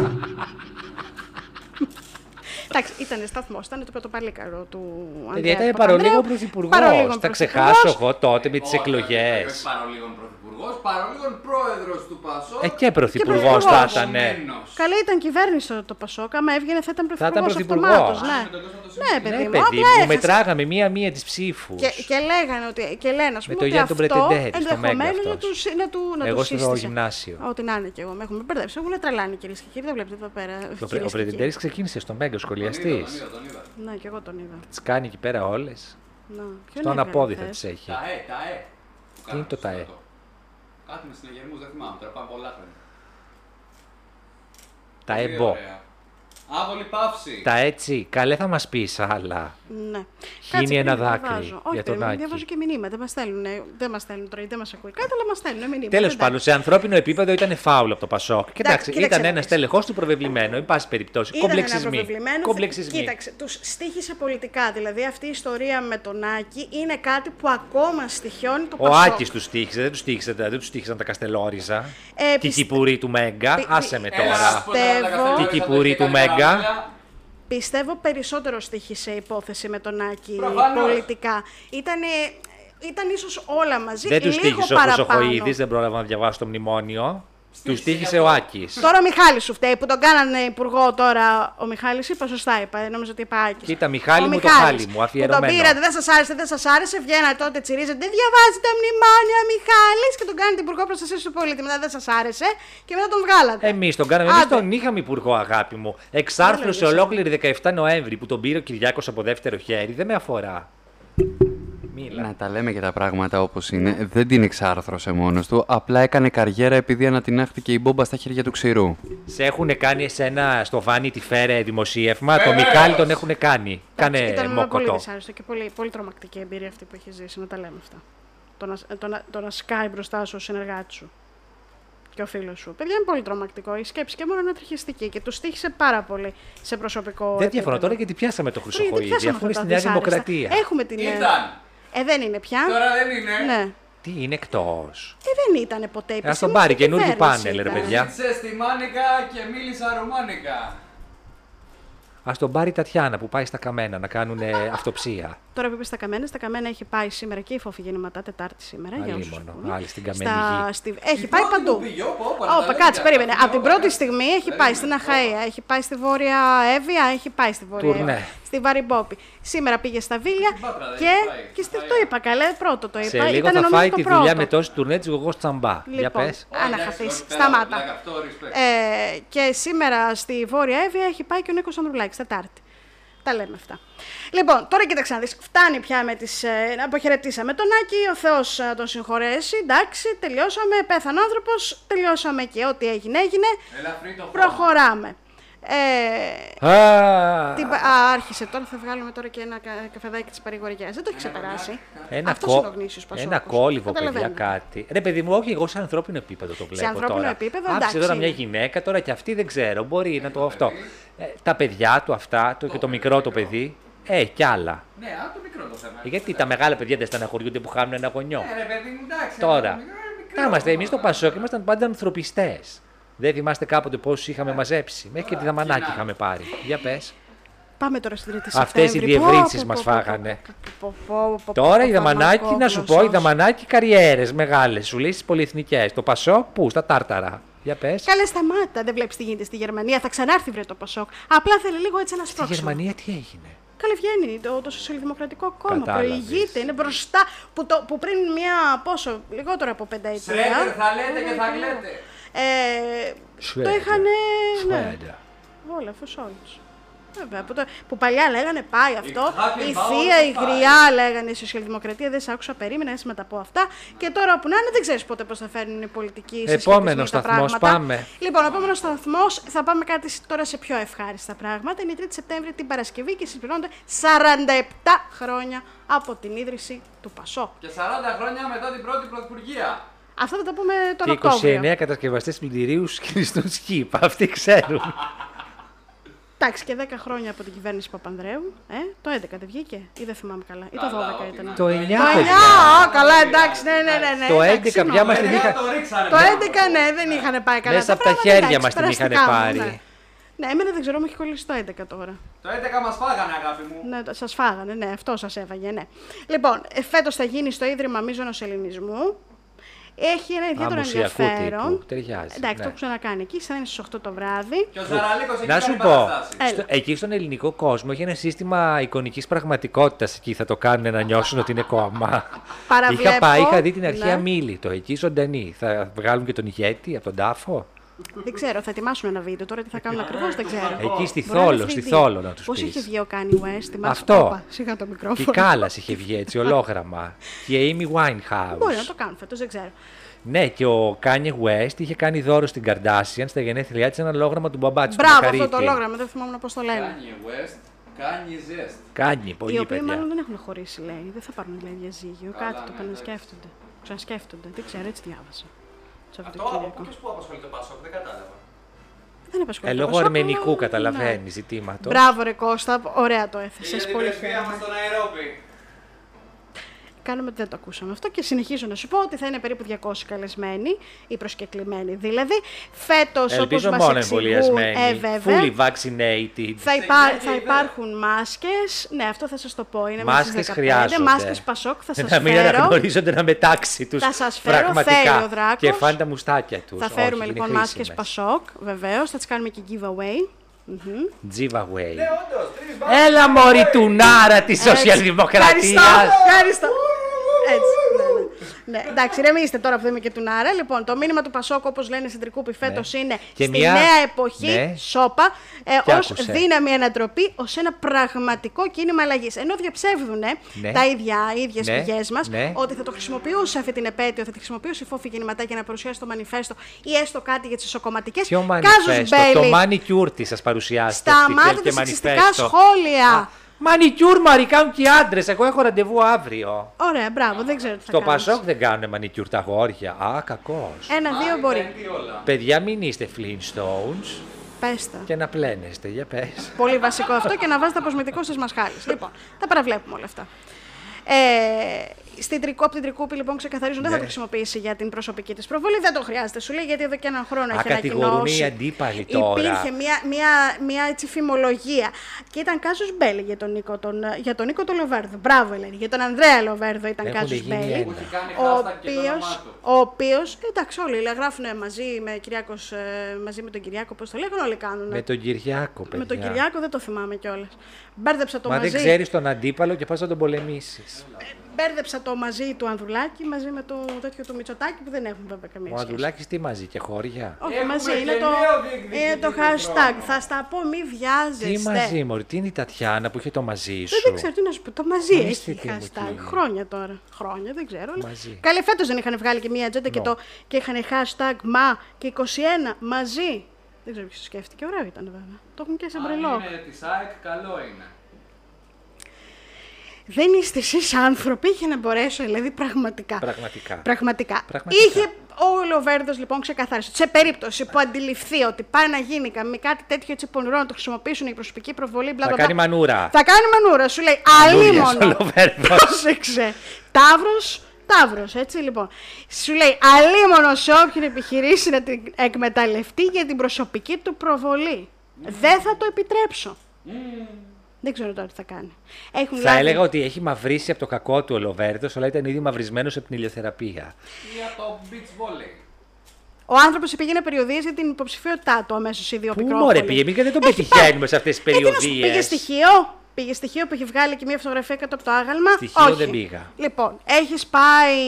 Εντάξει, ήταν σταθμό, ήταν το πρωτοπαλίκαρο του
Δηλαδή
Ανδρέα
ήταν
του
παρολίγο
Παπανδρέου, παρολίγο
πρωθυπουργός. Θα
πρωθυπουργός.
ξεχάσω εγώ τότε με τις
Όχι,
εκλογέ.
όχι, όχι, Παρολίγων πρωθυπουργό, παρολίγων πρόεδρος του Πασό.
Ε, και πρωθυπουργός θα
πρωθυπουργός.
ήταν.
Καλή ήταν κυβέρνηση το Πασόκ, άμα έβγαινε θα ήταν
ήταν
πρωθυπουργός
πρωθυπουργός.
αυτομάτως,
Α,
Ναι,
με τον Κώστα
ναι
το
παιδί
Ναι,
μου,
παιδί
απλά
μου,
έχασε.
μετράγαμε μία-μία τις ψήφους.
Και, και λέγανε ότι. Και λένε, ας πούμε,
το
ότι
Γιάννη τον
αυτό
Πρετεντέρη στο
ενδεχομένω
Μέγκα
να του
αυτός.
να του, να
Εγώ
τους
στο
σύστησε.
γυμνάσιο.
Ό,τι να είναι και εγώ. Με έχουν μπερδέψει. Έχουν τρελάνει κυρίες και κύριοι. Δεν βλέπετε εδώ πέρα.
Ο,
κυρίες
Πρε- ο
και κύριοι.
Πρετεντέρη ξεκίνησε στο Μέγκα σχολιαστή.
Ναι, και εγώ τον είδα.
Τις κάνει εκεί πέρα όλες.
Να, ποιον
Στον
έβγαλε
απόδει θα
χθες?
τις έχει.
Τα ε, τα ε.
Τι είναι το τα ε?
Κάτι με συναγερμούς, δεν θυμάμαι τώρα, πάμε πολλά χρόνια.
Τα
Πολύ
εμπό.
ωραία. Άβολη παύση.
Τα έτσι. Καλέ θα μας πεις άλλα.
Ναι.
Χύνει ένα
περίμενε,
δάκρυ
διαβάζω.
για
Όχι,
τον
περίμενε,
Άκη.
διαβάζω και μηνύματα. Δεν μα στέλνουν, δεν μας στέλνουν τώρα, δεν μας ακούει κάτι, αλλά μας στέλνουν μηνύματα.
Τέλος
Ε, Εντάξει.
πάντων, σε ανθρώπινο επίπεδο ήταν φάουλο από το Πασόκ. Κοιτάξτε,
κοίταξε
ήταν
να
ένας
δεις.
τέλεχος του προβεβλημένο, εν πάση περιπτώσει.
Ήταν
Κομπλεξισμοί.
ένα προβλημένο.
Κομπλεξισμοί.
Κοίταξε, τους στήχησε πολιτικά. Δηλαδή αυτή η ιστορία με τον Άκη είναι κάτι που ακόμα στοιχιώνει το
Ο
Πασόκ.
Άκης τους στήχησε, δεν τους στήχησε, δεν τους στήχησαν τα Καστελόριζα. και
Ε,
οι
πιστε- Ε,
κυπουροί του Μέγκα.
Πι-
Άσε με
Έλα,
τώρα.
Πιστεύω-
Τι κυπουρί Ε. του Μέγκα.
Πιστεύω περισσότερο στοίχησε η υπόθεση με τον Άκη
Προφανώς.
πολιτικά. Ήταν, ήταν ίσως όλα μαζί,
Δεν τους
λίγο
στήχησε όπω ο
παραπάνω.
Χοίδη, δεν πρόλαβα να διαβάσω το μνημόνιο. Του στήχησε ο Άκης.
Τώρα ο Μιχάλης σου φταίει που τον κάνανε υπουργό τώρα. Ο Μιχάλης είπα, σωστά είπα, νόμιζα ότι είπα Άκης.
Κοίτα, Μιχάλη
Ο
μου, το
Μιχάλης
χάλι μου,
που
αφιερωμένο.
τον πήρατε, δεν σας άρεσε, δεν σας άρεσε, βγαίνα τότε, τσιρίζετε, δεν διαβάζει τα μνημόνια Μιχάλης και τον κάνετε υπουργό προστασίας του πολίτη. Μετά δεν σας άρεσε και μετά τον βγάλατε.
Εμείς τον κάναμε. Εμείς
Άντε.
τον είχαμε υπουργό, αγάπη μου. Εξάρθρωση
λέγεσαι.
ολόκληρη 17 Νοέμβρη που τον πήρε ο Κυριάκος από δεύτερο χέρι. Δεν με αφορά. Μίλα.
Να τα λέμε και τα πράγματα όπως είναι. Δεν την εξάρθρωσε μόνος του. Απλά έκανε καριέρα επειδή ανατινάχτηκε η μπόμπα στα χέρια του ξηρού.
Σε έχουν κάνει εσένα στο βάνι τη φέρε δημοσίευμα. Το
Βεβαίως.
Μικάλη τον έχουν κάνει.
Εντάξει,
Κάνε
ήταν πολύ
μόκοτο.
δυσάρεστο και πολύ, πολύ τρομακτική εμπειρία αυτή που έχεις ζήσει, να τα λέμε αυτά. Το να, το να, το να σκάει μπροστά σου ο συνεργάτης σου και ο φίλος σου. Παιδιά είναι πολύ τρομακτικό. Η σκέψη και μόνο είναι τριχιστική και του στήχησε πάρα πολύ σε προσωπικό.
Δεν
επίπεδο.
διαφωνώ τώρα γιατί πιάσαμε το
Τώρα, γιατί
Χρυσοχοίδη,
πιάσαμε
αφού είναι στη
αυτά τα
Νέα
δυσάρεστα.
Δημοκρατία.
Έχουμε την. ε,
Ήταν.
Ε, δεν είναι πια.
Τώρα δεν είναι.
Ναι.
Τι είναι εκτός.
Ε, δεν ήταν ποτέ η
Ας τον πάρει
επιστημονική
καινούριο
κυβέρνηση
πάνελ, ρε
ήταν.
παιδιά.
Ζήτησε στη Μάνικα και μίλησα ρουμάνικα.
Ας τον πάρει η Τατιάνα που πάει στα καμένα να κάνουν αυτοψία.
Τώρα που είπε στα καμένα, στα καμένα έχει πάει σήμερα και η φόφη γεννηματά Τετάρτη σήμερα. για όσους
Αλίμονο.
ακούνε.
Άλλη στην καμένη γη.
στη... Έχει
Η
πάει
πρώτη
παντού.
που πήγε, όπα, όπα, να τα
Όπα,
λέμε
κάτσε,
και
περίμενε.
αυτά.
Από την
Όπα,
πρώτη
κάτσε.
στιγμή έχει πάει
Περίμενε,
στην
όπα.
Αχαία, έχει πάει στη Βόρεια Εύβοια, έχει πάει στη Βόρεια
Τουρνέ.
Εύβοια, στη Βαρυμπόπη. Σήμερα πήγε στα Βίλια
Στην Πάτρα δεν
και,
έχει πάει,
και στη...
Αχαία.
το είπα καλέ, πρώτο το είπα.
Σε λίγο
Ε, Ήταν
θα
νομίζω
φάει
το
τη
πρώτο.
δουλειά με τόση τουρνέ τη γογό τσαμπά. Για
Λοιπόν,
πες.
Άνα
Ω, εντάξει,
χαθείς.
όχι, πέρα,
Σταμάτα.
πλάκα, αυτό, respect.
Ε, και σήμερα στη Βόρεια Εύβοια έχει πάει και ο Νίκος Ανδρουλάκης, Τετάρτη. Τα λέμε αυτά. Λοιπόν, τώρα κοίταξε να δεις. Φτάνει πια με τις. Ε, αποχαιρετήσαμε τον Άκη, ο Θεός τον συγχωρέσει. Εντάξει, τελειώσαμε. Πέθανε άνθρωπος, τελειώσαμε και ό,τι έγινε, έγινε.
Ελαφρύ το χώμα.
Προχωράμε. Ε,
Α,
την, πα- α, άρχισε τώρα, θα βγάλουμε τώρα και ένα κα- καφεδάκι της παρηγοριάς. Δεν το έχει ξεπεράσει.
Ένα,
Αυτός
κο-
είναι ο γνήσιος Πασόκος.
ένα κόλληβο, παιδιά,
Καταλαβαίνετε.
κάτι. Ρε, παιδί μου, όχι, εγώ σε ανθρώπινο επίπεδο το βλέπω.
ανθρώπινο
τώρα.
επίπεδο,
Άφησε
εντάξει,
τώρα
είναι.
μια γυναίκα, τώρα και αυτή δεν ξέρω, μπορεί να το αυτό. Ε, τα παιδιά του αυτά, το, και το μικρό το παιδί, ε, κι άλλα.
Ναι, α, το μικρό το θέμα.
Ε, Γιατί τα μεγάλα παιδιά δεν στεναχωριούνται που χάνουν ένα γονιό.
Ε, ρε παιδί μου, εντάξει.
Τώρα,
ρε,
να
μικρό,
είμαστε
μικρό.
εμείς στο Πασόκ ήμασταν πάντα ανθρωπιστές. Δεν θυμάστε κάποτε πόσου είχαμε μαζέψει. Μέχρι και τη δαμανάκη είχαμε πάρει. Για πες.
Πάμε τώρα στην Τρίτη
Αυτές οι
Σεπτέμβρη. Πω,
διευρύνσεις
πω,
μας
πω, πω,
φάγανε.
πω, πω, πω, πω, πω,
Τώρα η
πω,
Δαμανάκη, να σου πω, η
Παπαγλωσσός.
Δαμανάκη καριέρες μεγάλες. Σου λέει στις πολυεθνικές. Το Πασό, πού, στα Τάρταρα. Για πες.
Καλέ σταμάτα, δεν βλέπεις τι γίνεται στη Γερμανία. Θα ξανάρθει βρε το Πασόκ. Απλά θέλει λίγο έτσι ένα
Στη
σπρώξιμο.
Γερμανία τι έγινε.
Καλή βγαίνει το, το Σοσιαλδημοκρατικό Κόμμα.
Κατάλαβες.
Προηγείται, είναι μπροστά. Που, το, που πριν μία. πόσο, λιγότερο από πενταετία.
Σρέντερ θα λέτε και θα κλαίτε.
Ε, το
Σουέντερ.
είχαν. Ναι,
Σουέντερ.
όλα, φως όλους. Βέβαια, που, το- που παλιά λέγανε πάει αυτό,
Χάπιν
η
Πάολ
Θεία, η
δεν πάει.
Γριά λέγανε η Σοσιαλδημοκρατία, δεν σε άκουσα, περίμενα, έτσι με τα πω αυτά. Και τώρα που να είναι, δεν ξέρεις πότε πώς θα φέρνουν οι πολιτικοί συσχετισμοί
Επόμενος
τα
σταθμός,
πράγματα.
πάμε.
Λοιπόν, ο επόμενος σταθμός θα πάμε κάτι σ- τώρα σε πιο ευχάριστα πράγματα. Είναι η 3η Σεπτέμβρη την Παρασκευή και συμπληρώνονται 47 χρόνια από την ίδρυση του ΠΑΣΟ.
Και 40 χρόνια μετά την πρώτη πρωθυπουργία.
Αυτά θα τα πούμε τον
Και
Οκτώβριο.
29 κατασκευαστές πλυντηρίου σκυριστούν σκύπα. Αυτοί ξέρουν.
Εντάξει, και 10 χρόνια από την κυβέρνηση Παπανδρέου. Ε, το 11 δεν βγήκε, ή δεν θυμάμαι καλά. Ή το 12 ήταν.
ναι.
Το 9
Το 9,
παιδιά.
α, καλά, εντάξει, ναι, ναι, ναι. ναι
Το
εντάξει,
11
συγγνώμη. Ε,
πια μα
Το
την
11
είχα.
Το ρίξανε.
Το 11,
μπράβο.
ναι, δεν είχαν πάει καλά.
Μέσα
τα
από τα
πράγματα,
χέρια
εντάξει,
μας την είχαν
περαστικά μου,
πάρει.
Ναι. ναι, εμένα δεν ξέρω, μου έχει κολλήσει το 11 τώρα.
Το 11 μας φάγανε αγάπη μου.
Ναι, σας φάγανε, ναι, αυτό σας έφαγε, ναι. Λοιπόν, φέτος θα γίνει στο Ίδρυμα Μίζωνος Ελληνισμού. Έχει ένα ιδιαίτερο
Αμουσιακού
ενδιαφέρον.
τύπου, ταιριάζει,
Εντάξει,
ναι.
το έχουν ξανακάνει εκεί, θα είναι στις 8 το βράδυ.
Και ο Ζαραλίκος εκεί
Να
κάνει
σου πω,
παραστάσεις.
Έλα.
στο- εκεί στον ελληνικό κόσμο έχει ένα σύστημα εικονικής πραγματικότητας. Εκεί θα το κάνουν να νιώσουν ότι είναι κόμμα.
Παραβλέπω,
Είχα πάει, είχα δει την αρχαία
ναι.
μίλη, το εκεί ζωντανή. Θα βγάλουν και τον ηγέτη από τον τάφο.
Δεν ξέρω, θα ετοιμάσουν ένα βίντεο τώρα, τι θα κάνουν ακριβώς, δεν ξέρω.
Εκεί στη
Μπορεί να είναι
Θόλο, στη
3D.
Θόλο να τους
Πώς
πεις.
είχε βγει ο Κάνι West, θυμάσαι,
Αυτό.
όπα, σιγά το
Και η
μικρόφωνο.
Κάλλα είχε βγει έτσι, ολόγραμμα. και η Amy Winehouse.
Μπορεί να το κάνουν φέτος, δεν ξέρω.
Ναι, και ο Kanye West είχε κάνει δώρο στην Kardashian στα γενέθλιά της ένα ολόγραμμα του μπαμπά της.
Μπράβο, αυτό το ολόγραμμα, δεν θυμόμουν πώς το λένε.
Κάνιε West, κάνει ζεστ.
Κάνει, πολύ
Οι οποίοι
παιδιά.
μάλλον δεν έχουν χωρίσει, λέει. Δεν θα πάρουν λέει διαζύγιο. Κάτι το ξανασκέφτονται. Ξανασκέφτονται. Δεν ξέρω, έτσι διάβασα. Το
Το από
Σαββατοκύριακο.
πού και πού απασχολεί το Πασόκ, δεν κατάλαβα.
Δεν απασχολεί.
Ε,
το
λόγω
Πασόκ, αλλά-
αρμενικού
ναι.
καταλαβαίνεις ζητήματος.
Μπράβο, ρε Κώστα, ωραία το έθεσες.
Για την
Πολύ
πρεσβεία
χαίρομαι.
μας στον Αερόπι.
Κάνουμε ότι δεν το ακούσαμε αυτό και συνεχίζω να σου πω ότι θα είναι περίπου 200 καλεσμένοι ή προσκεκλημένοι δηλαδή. Φέτος, όπως
Ε, Ελπίζω
μας
μόνο
εξηγούν,
εμβολιασμένοι.
ε, βέβαια,
Fully vaccinated.
θα, υπά-
Ξεκινάει και
θα
η
υπάρχουν μάσκες. Ναι, αυτό θα σας το πω. Είναι μέσα στις
Μάσκες
15.
χρειάζονται.
Μάσκες Πασόκ θα σα
Να μην
φέρω.
αναγνωρίζονται να μετάξει τους.
Θα σας φέρω, θέλει ο Δράκος.
Και φάνε τα μουστάκια τους.
Θα φέρουμε λοιπόν μάσκες Πασόκ, βεβαίως. Θα τις κάνουμε και giveaway. Μμμ.
Giveaway.
Ναι, Όντως, τρεις βάρους.
Έλα μωρή του Νάρα της
Έτσι. Ευχαριστώ,
Σοσιαλδημοκρατίας.
ευχαριστώ. Έτσι, ναι, ναι. ναι. Εντάξει, ηρεμήστε τώρα που είμαι και του Νάρα. Λοιπόν, το μήνυμα του Πασόκ, όπως λένε στην Τρικούπη φέτος, είναι
Ναι. Και
στη
μια-
νέα εποχή,
ναι.
σώπα, ε,
Και
ως
άκουσε.
δύναμη ανατροπή, ως ένα πραγματικό κίνημα αλλαγής. Ενώ διαψεύδουν
Ναι.
τα ίδια, οι ίδιες
Ναι.
πηγές μας
Ναι.
ότι θα το χρησιμοποιούσε αυτή την επέτειο, θα τη χρησιμοποιούσε η φόφη γεννηματά για να παρουσιάσει το μανιφέστο ή έστω κάτι για τις ισοκομματικές.
Ποιο μανιφέστο, το μάνικιουρ της σας παρουσιάστε. αυτή, θέλει
Σταμάτε
και
τα σεξιστικά
μανιφέστο.
σχόλια.
Μανικιούρ μαρι κάνουν και οι άντρες. Εγώ έχω ραντεβού αύριο.
Ωραία, μπράβο, δεν ξέρω τι θα
Στο
κάνεις.
Πασόκ δεν κάνουν μανικιούρ τα γόρια. Α, κακός.
Ένα-δύο μπορεί.
Τι όλα.
Παιδιά, μην είστε Flintstones
Πες τα.
και να πλένεστε. Για πες.
Πολύ βασικό αυτό και να βάζετε αποσμητικό στι μασχάλε. Λοιπόν, τα παραβλέπουμε όλα αυτά. Ε, στην τρικό, από την τρικούπη λοιπόν ξεκαθαρίζουν
Ναι.
δεν θα το χρησιμοποιήσει για την προσωπική της προβολή. Δεν το χρειάζεται, σου λέει, γιατί εδώ και έναν χρόνο
Α,
έχει
κατηγορούν
ανακοινώσει.
οι αντίπαλοι τώρα.
Υπήρχε μια, μια, μια έτσι φημολογία. Και ήταν κάζος Μπέλη για τον Νίκο, τον, για τον Νίκο τον Λοβέρδο. Μπράβο, Ελένη. Για τον Ανδρέα Λοβέρδο ήταν
Έχουνε
κάζος
γίνει
Μπέλη.
ένα.
Έχει κάνει
ο
hashtag και το
οποίος,
όνομά του.
ο οποίος, εντάξει, όλοι γράφουν μαζί με, Κυριάκος, ε, μαζί με τον Κυριάκο, πώς το λέγανε, όλοι κάνουν.
Με τον Κυριάκο, παιδιά.
Με τον Κυριάκο δεν το θυμάμαι κιόλας. Μπέρδεψα το
Μα
μαζί.
δεν ξέρεις τον αντίπαλο και πας να τον πολεμήσεις.
Μπέρδεψα το μαζί του Ανδρουλάκη μαζί με το τέτοιο του Μητσοτάκη που δεν έχουν βέβαια καμία
Ο
σχέση.
Ανδρουλάκης τι μαζί και χώρια.
Όχι,
Έχουμε
μαζί. Είναι
και
το,
νέο διεκδικητή
είναι το
του
hashtag.
δρόμου.
Θα στα πω, μη
Τι
βιάζεστε.
μαζί, Μωρή, τι είναι η Τατιάνα που είχε το μαζί σου.
Δεν, δεν ξέρω τι να σου πω. Το μαζί
Μη
έχει
αισθητή μου
hashtag.
εκείνη.
Χρόνια τώρα. Χρόνια, δεν ξέρω. αλλά-
Μαζί.
Καλή φέτος δεν είχαν βγάλει και μία ατζέντα και, το, και είχαν hashtag μα και 21 μαζί. Δεν ξέρω ποιος το σκέφτηκε. Ωραίο ήταν βέβαια. Το έχουν και σε μπρελό.
Αν είναι τη ΑΕΚ, καλό είναι.
Δεν είστε εσείς άνθρωποι για να μπορέσω, δηλαδή πραγματικά.
Πραγματικά.
Πραγματικά.
Πραγματικά.
Είχε ο Λοβέρδο λοιπόν ξεκαθάρισε. Σε περίπτωση που αντιληφθεί ότι πάει να γίνει καμ- κάτι τέτοιο έτσι πονηρό να το χρησιμοποιήσουν η προσωπική προβολή, μπλα
Θα
μπλα.
κάνει
μπλα.
μανούρα.
Θα κάνει μανούρα, σου λέει.
Μανούριας
Αλίμονο.
ο Λοβέρδος.
Πρόσεξε. Ταύρος Ταύρος, έτσι λοιπόν. Σου λέει αλίμονο σε όποιον επιχειρήσει να την εκμεταλλευτεί για την προσωπική του προβολή.
Mm.
Δεν θα το επιτρέψω. Δεν ξέρω τώρα τι θα κάνει. Έχουν
Θα
λάβει-
έλεγα ότι έχει μαυρίσει από το κακό του ο Λοβέρδος, αλλά ήταν ήδη μαυρισμένος από την ηλιοθεραπεία.
Για το beach volley.
Ο άνθρωπος πήγαινε περιοδίες για την υποψηφιότητά του αμέσως ήδη ο
Πού
πικρόχολη.
μωρέ πήγε, μήκα δεν τον
Έχει
πετυχαίνουμε
πάει.
σε αυτές τις
Ε, τι Ε, να σου πω,
περιοδίες.
Πήγε στοιχείο. Πήγε στοιχείο που έχει βγάλει και μια φωτογραφία κάτω από το άγαλμα.
Στοιχείο
Όχι.
δεν πήγα.
Λοιπόν, έχεις πάει.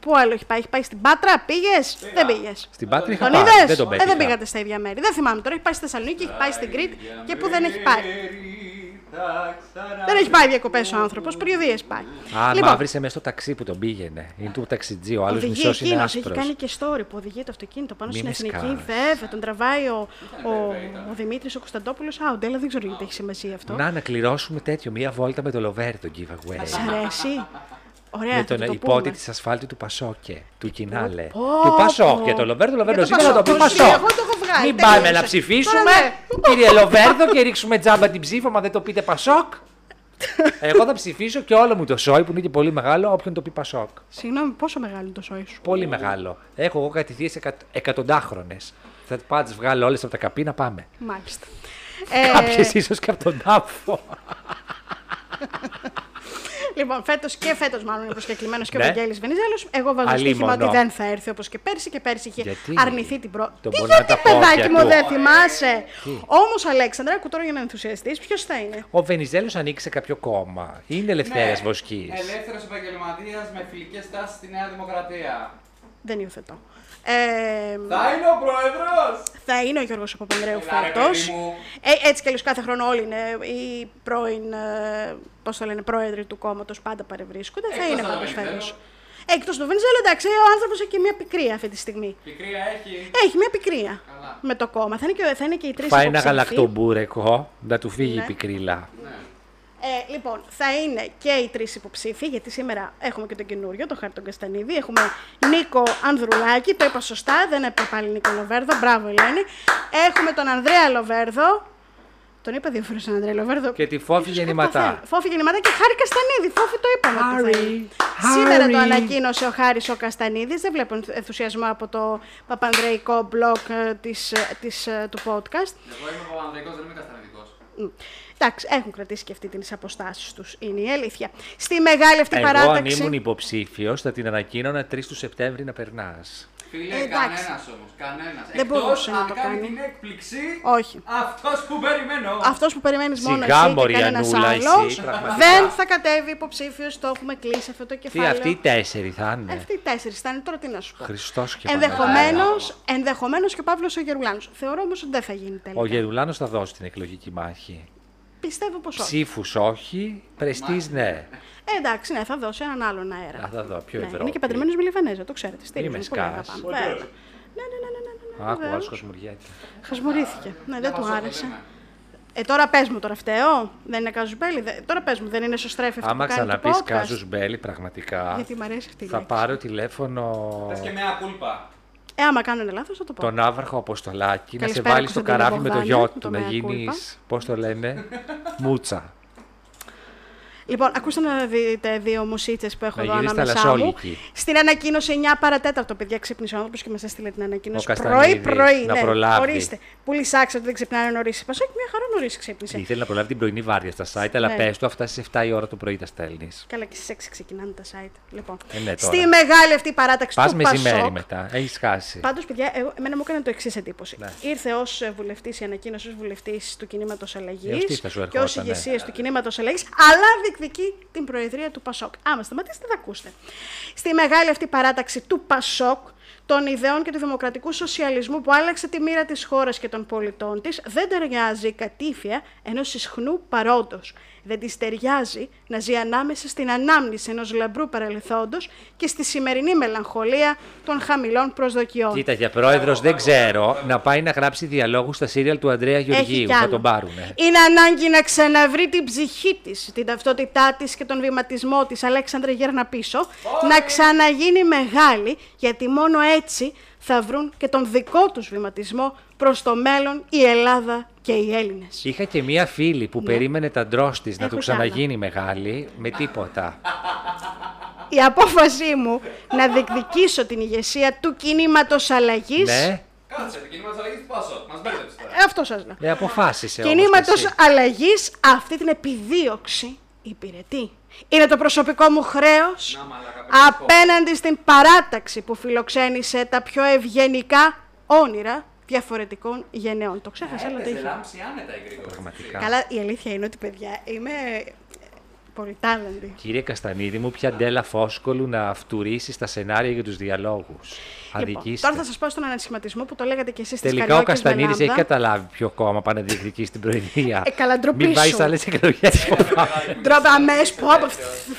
Πού άλλο έχει πάει, έχει πάει στην Πάτρα, πήγες. Δεν πήγες.
Στην Πάτρα είχα
Τον
πάει,
είδες.
δεν τον πέτυχα.
δεν πήγατε στα ίδια μέρη. Δεν θυμάμαι τώρα. Έχει πάει στη Θεσσαλονίκη, έχει πάει στην Κρήτη και πού δεν έχει πάει. Δεν έχει πάει διακοπές ο άνθρωπος, περιοδίες πάει. Λοιπόν,
Α, μαύρισε μέσα στο ταξί που τον πήγαινε. Είναι του ταξιτζή, ο άλλος
Οδηγεί
μισός είναι
εκείνος, έχει
άσπρος.
κάνει και story που οδηγεί το αυτοκίνητο πάνω
Μην
στην
με
εθνική.
σκάβεις.
Βέβαια, τον τραβάει ο, ο, ο Δημήτρης ο Κωνσταντόπουλος. Άουντε, αλλά δεν ξέρω γιατί έχει σημασία αυτό.
Να, να κληρώσουμε τέτοιο, μία βόλτα με το Λοβέρδο giveaway.
Σ' αρέσει. Ωραία,
με
Ε, θα
τον
το
υπότη
πούμε.
της ασφάλτη του Πασόκε, του Κινάλε.
Πω,
Του Πασόκε,
πω.
το Λοβέρδο, Λοβέρδο.
Για το
Σήμερα το πει
Πασόκ.
Πασόκ.
Εγώ το έχω βγάλει,
Μην
τελείωσε.
πάμε να ψηφίσουμε,
Τώρα ναι.
κύριε Λοβέρδο, και ρίξουμε τζάμπα την ψήφο. Μα δεν το πείτε Πασόκ. Εγώ θα ψηφίσω και όλο μου το σόι που είναι και πολύ μεγάλο, όποιον το πει Πασόκ.
Συγγνώμη, πόσο μεγάλο είναι το σόι σου.
Πολύ μεγάλο. Έχω εγώ κατηθίε εκατοντάχρονες. Θα πάω να τις βγάλω όλες από τα καπί να πάμε.
Μάλιστα.
Ε...
Ε,
Κάποιε ίσως και από τον τάφο.
λοιπόν, φέτος και φέτος, μάλλον είναι προσκεκλημένος και ο
Ναι.
Βαγγέλης Βενιζέλος. Εγώ βάζω
Αλίμονο.
στοίχημα ότι δεν θα έρθει όπως και πέρσι και πέρσι είχε
Γιατί?
αρνηθεί την πρώτη.
Τον
Τι
πονάνε
γιατί,
τα πόδια
παιδάκι μου,
του.
δεν θυμάσαι. Όμως, Αλέξανδρα, ακού τώρα για να ενθουσιαστείς, ποιος θα είναι.
Ο Βενιζέλος ανήκει σε κάποιο κόμμα. Είναι ελευθερία
Ναι.
βοσκής.
Ελεύθερος επαγγελματίας με φιλικές τάσεις στη Νέα Δημοκρατία.
Δεν υιοθετώ. Ε,
Θα είναι ο πρόεδρος!
θα είναι ο Γιώργος Παπανδρέου
Έλα, ρε,
φέτο.
παιδί μου.
Ε, έτσι κι αλλιώς κάθε χρόνο όλοι είναι οι πρώην, ε, πώς το λένε, πρόεδροι του κόμματος πάντα παρευρίσκονται. θα
Εκτός
είναι
από
πάντω
τον Βενιζέλο.
φέτος. Εκτός του Βενιζέλο, εντάξει, ο άνθρωπος έχει μια πικρία αυτή τη στιγμή.
Πικρία έχει.
Έχει μια πικρία
Καλά.
με το κόμμα. Θα είναι και, θα είναι και οι τρεις
Φάει ένα γαλακτομπούρεκο να του φύγει
Ναι.
η πικρίλα.
Ε, λοιπόν, θα είναι και οι τρεις υποψήφοι, γιατί σήμερα έχουμε και τον καινούριο, τον Χάρτον Καστανίδη. Έχουμε Νίκο Ανδρουλάκη, το είπα σωστά, δεν έπρεπε πάλι Νίκο Λοβέρδο. Μπράβο, Ελένη. Έχουμε τον Ανδρέα Λοβέρδο. Τον είπα δύο φορές τον Ανδρέα Λοβέρδο.
Και τη Φόφη
Ίσως
Γεννηματά.
καταφέρω. Φόφη γεννηματά και Χάρη Καστανίδη. Φόφη το είπαμε. ότι θα
Χάρη,
είναι. Σήμερα το
Χάρη.
ανακοίνωσε ο Χάρης ο Καστανίδης. Δεν βλέπω ενθουσιασμό από το παπανδρεϊκό blog ε, της, ε, της, ε, του podcast.
Εγώ είμαι Παπανδρικός, δεν είμαι Καστανιδικός.
Μμ. Εντάξει, έχουν κρατήσει και αυτοί τις αποστάσεις τους, είναι η αλήθεια. Στη μεγάλη αυτή
Εγώ αν
παράταξη...
ήμουν υποψήφιος θα την ανακοίνωνα 3 του Σεπτέμβρη να περνάς.
Φίλε,
Εντάξει.
κανένας όμως, κανένας.
Δεν μπορούσε να
αν
το
κάνει.
κάνει.
την έκπληξη,
Όχι.
αυτός που περιμένω.
Αυτός που περιμένεις μόνο
Σιγά,
εσύ και
μωρή
κανένας
Ανούλα, εσύ,
άλλος,
πραγματικά.
δεν θα κατέβει υποψήφιος, το έχουμε κλείσει αυτό το
Τι
κεφάλαιο.
αυτοί οι τέσσερι θα είναι.
Αυτοί οι τέσσερις θα είναι τώρα τι να σου πω.
Χριστός και
Ενδεχομένως, ενδεχομένως και ο Παύλος ο Γερουλάνος. Θεωρώ όμως ότι δεν θα γίνει τελικά.
Ο Γερουλάνος θα δώσει την εκλογική μάχη.
Πιστεύω πως όχι.
Ψήφους όχι, πρεστή ναι.
Ε, εντάξει, ναι, θα δώσει έναν άλλον αέρα.
Α, θα δω, πιο
ναι, είναι
Ευρώπη.
και παντρεμένος με Λιβανέζα, το ξέρετε. Στήριζαν,
με
πολύ
σκάς.
αγαπάμε. Βέβαια. Ναι, ναι, ναι, ναι, ναι, ναι,
Άκου,
βεβαίως.
άλλος χασμουριέται.
Χασμουρήθηκε. Ναι, δεν του
Πασόκ,
άρεσε.
λέμε.
Ε, τώρα πες μου, τώρα φταίω. Δεν είναι καζουμπέλη. Δε... Τώρα πες μου, δεν είναι σωστρέφη αυτό
Άμα
που κάνει το
ξαναπείς
podcast.
Κάζου Μπέλη, πραγματικά
Γιατί μ' αρέσει αυτή η
θα
λέξη.
πάρω τηλέφωνο
Θες και μια κούλπα.
Ε, άμα κάνω ένα λάθος, θα το πω.
τον Άβραχο Αποστολάκη να σε
Καλησπέρα,
βάλεις στο
Κωνσταντίνε
καράβι με το
Μπογδάνη,
γιο
με
του,
το
να
mea
γίνει. Πώς το λένε, Μούτσα.
Λοιπόν, ακούστε να δείτε δύο μουσίτσε που
Να
έχω εδώ
γυρίσεις
ανάμεσά μου.
θαλασσόλικη.
Στην ανακοίνωση 9 παρατέταρτο, παιδιά, ξύπνησε ο άνθρωπος και μας έστειλε την ανακοίνωση.
Ο Καστανίδης,
Πρωί-πρωί.
να προλάβει.
Ορίστε. Πολύ σάξα ότι δεν ξυπνάνε νωρίς. Πασόκ, μια χαρά νωρίς ξύπνησε.
Ήθελε να προλάβει την πρωινή βάρδια στα site, αλλά
Ναι.
πες του, αυτά στις 7 η ώρα το πρωί τα στέλνεις.
Καλά, και στις 6 ξεκινάνε τα site. Λοιπόν.
Ε, ναι, τώρα.
Στη μεγάλη αυτή παράταξη
Πας
του
μεσημέρι
Πασόκ.
μετά. Έχεις χάσει.
Πάντως, παιδιά, εγώ, εμένα μου έκανε το εξής εντύπωση.
Ναι.
Ήρθε ως βουλευτής η ανακοίνωση ως βουλευτής του κινήματος
Ε,
Αλλαγή
αυτή θα σου
και ως
ερχόταν, ναι.
ηγεσίας του κινήματος Αλλαγής, αλλά διεκδικεί την προεδρία του Πασόκ. Άμα σταματήσετε, θα ακούσετε. Στη μεγάλη αυτή παράταξη του Πασόκ, των ιδεών και του δημοκρατικού σοσιαλισμού που άλλαξε τη μοίρα της χώρας και των πολιτών της, δεν ταιριάζει η κατήφια ενός ισχνού παρόντος. Δεν της ταιριάζει να ζει ανάμεσα στην ανάμνηση ενός λαμπρού παρελθόντος και στη σημερινή μελαγχολία των χαμηλών προσδοκιών.
Κοίτα, για πρόεδρος δεν ξέρω να πάει να γράψει διαλόγους στα σύριαλ του Ανδρέα
Έχει
Γεωργίου.
κι
Θα
άλλο.
τον πάρουνε.
Είναι ανάγκη να ξαναβρει την ψυχή της, την ταυτότητά της και τον βηματισμό της. Αλέξανδρε, γέρνα πίσω. Να ξαναγίνει μεγάλη, γιατί μόνο έτσι θα βρουν και τον δικό τους βηματισμό προς το μέλλον η Ελλάδα και οι Έλληνες.
Είχα και μία φίλη που περίμενε τα ντρός της να
Ναι. Έχω
του
κι άλλα.
ξαναγίνει μεγάλη με τίποτα.
η απόφασή μου να διεκδικήσω την ηγεσία του κινήματος αλλαγής.
Ναι,
Κάτσε, το κίνημα τη αλλαγή του Πασόκ. Μας μπέρδεψε τώρα.
Αυτό σας λέω.
ε, αποφάσισε όμως
Κινήματος
εσύ.
αλλαγής αυτή την επιδίωξη υπηρετεί. Είναι το προσωπικό μου χρέος
Να, μαλάκα, περιπτικό.
απέναντι στην παράταξη που φιλοξένησε τα πιο ευγενικά όνειρα διαφορετικών γενεών. Το ξέχασα, αλλά το
Σε
είχε.
λάμψη άνετα η Γρήγορη.
Πραγματικά.
Καλά, η αλήθεια είναι ότι παιδιά είμαι ε, πολύ τάλαντη.
Κύριε Καστανίδη μου, ποια ντέλα φόσκολου να αυτουρήσει τα σενάρια για τους διαλόγους.
Λοιπόν,
Αδικήστε.
τώρα θα σας πάω στον ανασχηματισμό που το λέγατε και εσείς στην
Τελικά ο Καστανίδης έχει καταλάβει ποιο κόμμα πάνε να διεκδικεί στην προεδρία.
Ε, καλά, ντροπή
Μην πάει
σου.
σε άλλες εκλογές.
Ντρόπα, αμέσω που από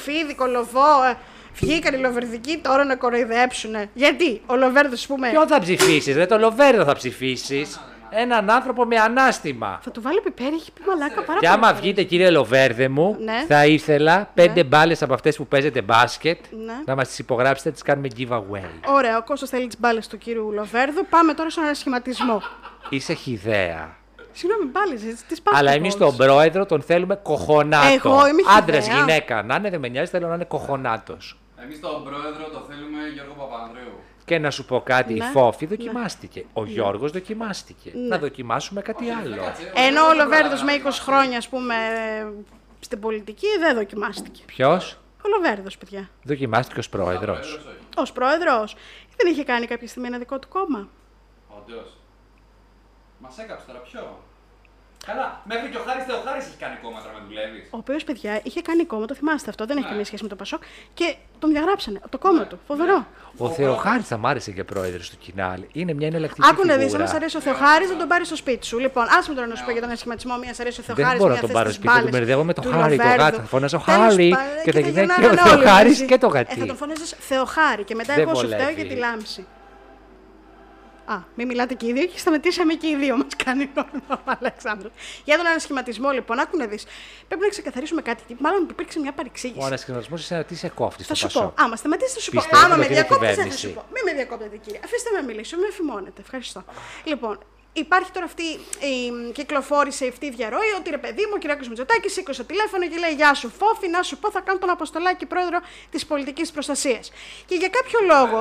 φίδι, κολοβό. ε, Βγήκαν οι λοβερδικοί τώρα να κοροϊδέψουν. Γιατί ο Λοβέρδος, ας πούμε.
Ποιο θα ψηφίσεις, ρε, το Λοβέρδο θα ψηφίσεις. Έναν άνθρωπο με ανάστημα.
Θα του βάλει πιπέρι, έχει πει μαλάκα
Ναι.
πάρα
Και
πολύ
άμα
φορές.
βγείτε, κύριε Λοβέρδε μου,
Ναι.
θα ήθελα πέντε μπάλες από αυτές που παίζετε μπάσκετ
Ναι.
να μας τις υπογράψετε, να τις κάνουμε giveaway.
Ωραία, ο Κώστας θέλει τις μπάλες του κύριου Λοβέρδου. Πάμε τώρα στον ανασχηματισμό.
Είσαι χιδέα.
Συγγνώμη, μπάλες, τι πάμε.
Αλλά εμεί τον πρόεδρο τον θέλουμε κοχονάτο.
Εγώ είμαι
Άντρας,
χυδαία.
γυναίκα. Να είναι, δεν με νοιάζει, θέλω να είναι κοχονάτος.
Εμείς τον πρόεδρο το θέλουμε Γιώργο Παπανδρέου.
Και να σου πω κάτι, η
Ναι.
Φόφη δοκιμάστηκε. Ο Γιώργος δοκιμάστηκε. Να δοκιμάσουμε κάτι άλλο.
Ενώ ο Λοβέρδος με 20 χρόνια, ας πούμε, ε, στην πολιτική δεν δοκιμάστηκε.
Ποιος
Ο Λοβέρδος, παιδιά.
δοκιμάστηκε ως πρόεδρος.
Πρόεδρος, όχι.
Ως πρόεδρος, δεν είχε κάνει κάποια στιγμή ένα δικό του κόμμα.
Όντως. Μας έκαψε τώρα, ποιο. Καλά, μέχρι και ο Χάρης Θεοχάρης έχει κάνει κόμμα τώρα με Ναι. δουλεύεις.
Ο οποίος, παιδιά, είχε κάνει κόμμα, το θυμάστε αυτό, δεν έχει καμία σχέση με το Πασόκ. Και τον διαγράψανε, το
Ναι.
κόμμα του. Φοβερό.
Ο Θεοχάρης θα μ' άρεσε και πρόεδρος του Κινάλ. Είναι μια εναλλακτική
Άκου να δεις,
φιγούρα.
αν σα αρέσει ο Θεοχάρης, να τον πάρει στο σπίτι σου. Λοιπόν, άσε με τώρα να σου πω για τον ασχηματισμό. Μία σ' αρέσει ο Θεοχάρης.
μπορώ να τον πάρω σπίτι, θα τον μπερδεύω με το Χάρη, το γάτα. Θα φωνάζω Χάρη και θα γυρνάει και ο Θεοχάρης και το γατί.
Ε, θα τον φωνάζει Θεοχάρη και μετά
Δεν
εγώ σου
βολεύει.
φταίω για τη λάμψη. Α, μην μιλάτε και οι δύο και σταματήσαμε και οι δύο. Μας κάνει νόημα ο Αλεξάνδρου. Για τον ανασχηματισμό, λοιπόν, άκου να δεις. Πρέπει να ξεκαθαρίσουμε κάτι. Μάλλον υπήρξε μια
Ο
παρεξήγηση.
ανασχηματισμός είσαι ένα τι σε κόφτη
Θα
στο
σου πω.
Πασό.
Άμα σταματήσεις, θα σου πω.
Πιστεύω
Άμα
ότι
με
είναι
διακόπτετε, θα
κυβέρνηση.
σου πω. Μην με διακόπτετε, κύριε. Αφήστε με να μιλήσω. Με φημώνετε. Ευχαριστώ. Λοιπόν, υπάρχει τώρα αυτή η κυκλοφόρησε αυτή η διαρροή ότι ρε παιδί μου, ο Κυριάκος Μητσοτάκης σήκωσε το τηλέφωνο και λέει Γεια σου, Φόφη, να σου πω, θα κάνω τον Αποστολάκη πρόεδρο της πολιτικής προστασίας. Και για κάποιο λόγο.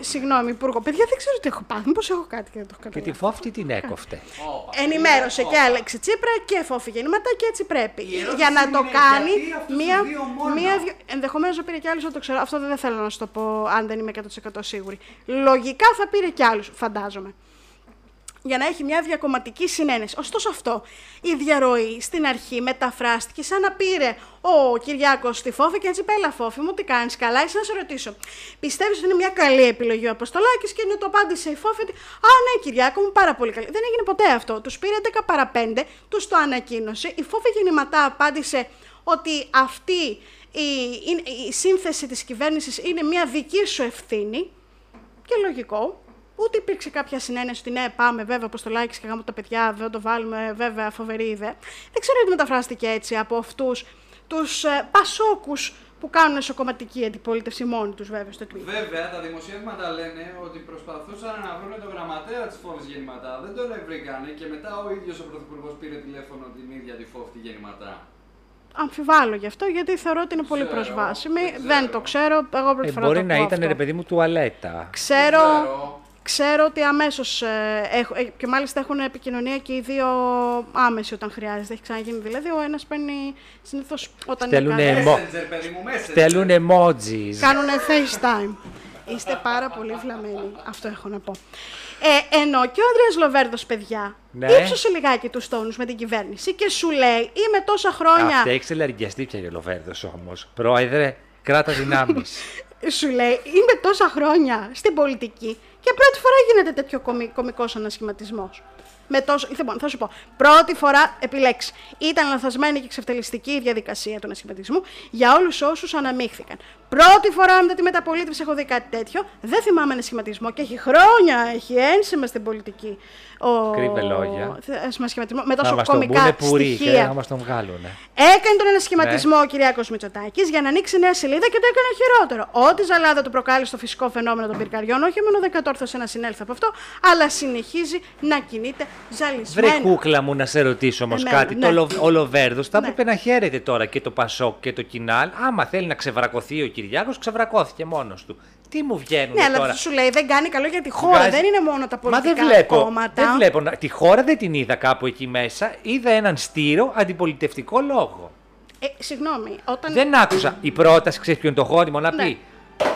Συγγνώμη, Υπουργό, παιδιά, δεν ξέρω τι έχω πάθει. Μήπως έχω κάτι και δεν το έχω
Και τη
καταλάβει.
φόφτη την έκοφτε.
Ενημέρωσε και Άλεξη Τσίπρα και Φόφη Γεννηματά και έτσι πρέπει.
ερώτηση
Για να το
είναι
κάνει
γιατί αυτούς τους
μία.
δύο μόνο?
μία δυο- Ενδεχομένως να πήρε και άλλους, δεν το ξέρω. Αυτό δεν θέλω να σου το πω, αν δεν είμαι 100% σίγουρη. Λογικά θα πήρε και άλλους, φαντάζομαι. Για να έχει μια διακομματική συνένεση. Ωστόσο αυτό, η διαρροή στην αρχή μεταφράστηκε σαν να πήρε ο Κυριάκος στη Φόφη και έτσι πέλα Φόφη μου, τι κάνεις καλά, είσαι να σε ρωτήσω. Πιστεύεις ότι είναι μια καλή επιλογή ο Αποστολάκης και ενώ το απάντησε η Φόφη ότι Α, ναι, Κυριάκο μου, πάρα πολύ καλή. Δεν έγινε ποτέ αυτό. Τους πήρε 10 παρα 5, τους το ανακοίνωσε. Η Φόφη γεννηματά απάντησε ότι αυτή η, η, η σύνθεση της κυβέρνησης είναι μια δική σου ευθύνη και λογικό. Ούτε υπήρξε κάποια συνένεση ότι ναι, πάμε βέβαια προς το like και γάμο τα παιδιά, δεν το βάλουμε, βέβαια φοβερή ιδέα. Δεν ξέρω γιατί μεταφράστηκε έτσι από αυτούς τους πασόκους που κάνουν σοκομματική αντιπολίτευση μόνοι τους, βέβαια, στο Twitter.
Βέβαια, τα δημοσιεύματα λένε ότι προσπαθούσαν να βρουν τον γραμματέα της Φόβης Γεννηματά. Δεν τον βρήκανε και μετά ο ίδιος ο πρωθυπουργός πήρε τηλέφωνο την ίδια τη Φόβη τη Γεννηματά.
Αμφιβάλλω γι' αυτό γιατί θεωρώ ότι είναι πολύ
Ξέρω,
προσβάσιμη.
δεν
Δεν
ξέρω.
το ξέρω. Εγώ πρώτη
Ε,
φορά
μπορεί
το
να
ακούω
ήταν
αυτό.
ρε παιδί μου τουαλέτα.
Ξέρω,
Ξέρω.
ξέρω ότι αμέσως. ε, και μάλιστα έχουν επικοινωνία και οι δύο άμεση όταν χρειάζεται. Έχει ξαναγίνει δηλαδή. Ο ένας παίρνει συνήθως όταν. είναι
Στέλνουνε
καλά.
Μο-
Messenger, παιδί μου, messenger.
Θέλουν emojis.
Κάνουν FaceTime. Είστε πάρα πολύ βλαμμένοι. Αυτό έχω να πω. Ε, ενώ και ο Ανδρέας Λοβέρδος, παιδιά,
Ναι.
ύψωσε λιγάκι τους τόνους με την κυβέρνηση και σου λέει, είμαι τόσα χρόνια,
Αυτά έχει ξελαργιαστεί πια για Λοβέρδος όμως. Πρόεδρε, κράτα δυνάμεις.
σου λέει, είμαι τόσα χρόνια στην πολιτική και πρώτη φορά γίνεται τέτοιο κομι, κομικός ανασχηματισμός. Με τόσο, λοιπόν, θα σου πω, πρώτη φορά επιλέξεις. Ήταν λανθασμένη και ξεφτελιστική η διαδικασία του ανασχηματισμού για όλους όσους αναμίχθηκαν. Πρώτη φορά μετά τη μεταπολίτευση έχω δει κάτι τέτοιο. Δεν θυμάμαι ανασχηματισμό και έχει χρόνια, έχει ένσημα στην πολιτική. Ο...
Κρύβε λόγια.
θε- ανασχηματισμό με
να
τόσο
μας τον
κομικά
πούνε πουρί και
στοιχεία.
να μας τον βγάλουνε.
Έκανε τον ανασχηματισμό
Ναι.
ο Κυριάκος Μητσοτάκης για να ανοίξει νέα σελίδα και το έκανε χειρότερο. Ό,τι ζαλάδα του προκάλεσε το φυσικό φαινόμενο των πυρκαριών, όχι μόνο δεν κατόρθωσε να συνέλθει από αυτό, αλλά συνεχίζει να κινείται
Βρε
ζαλισμένο.
κούκλα μου να σε ρωτήσω όμως
Εμένα,
κάτι.
ναι.
Το Λο- ο Λοβέρδος θα
Ναι.
έπρεπε να χαίρεται τώρα και το Πασόκ και το Κινάλ. Άμα θέλει να ξεβρακωθεί ο Κυριάκος, ξεβρακώθηκε μόνος του. Τι μου βγαίνουν
Ναι, αλλά
τώρα.
σου λέει δεν κάνει καλό για τη χώρα.
Βγάζει-
Δεν είναι μόνο τα πολιτικά
Μα δεν βλέπω,
κόμματα.
Δεν βλέπω. να- Τη χώρα δεν την είδα κάπου εκεί μέσα. Είδα έναν στήρο αντιπολιτευτικό λόγο.
Ε, συγγνώμη, όταν.
Δεν άκουσα. Η πρόταση, ξέρεις ποιο είναι το χώριμο να
Ναι.
πει.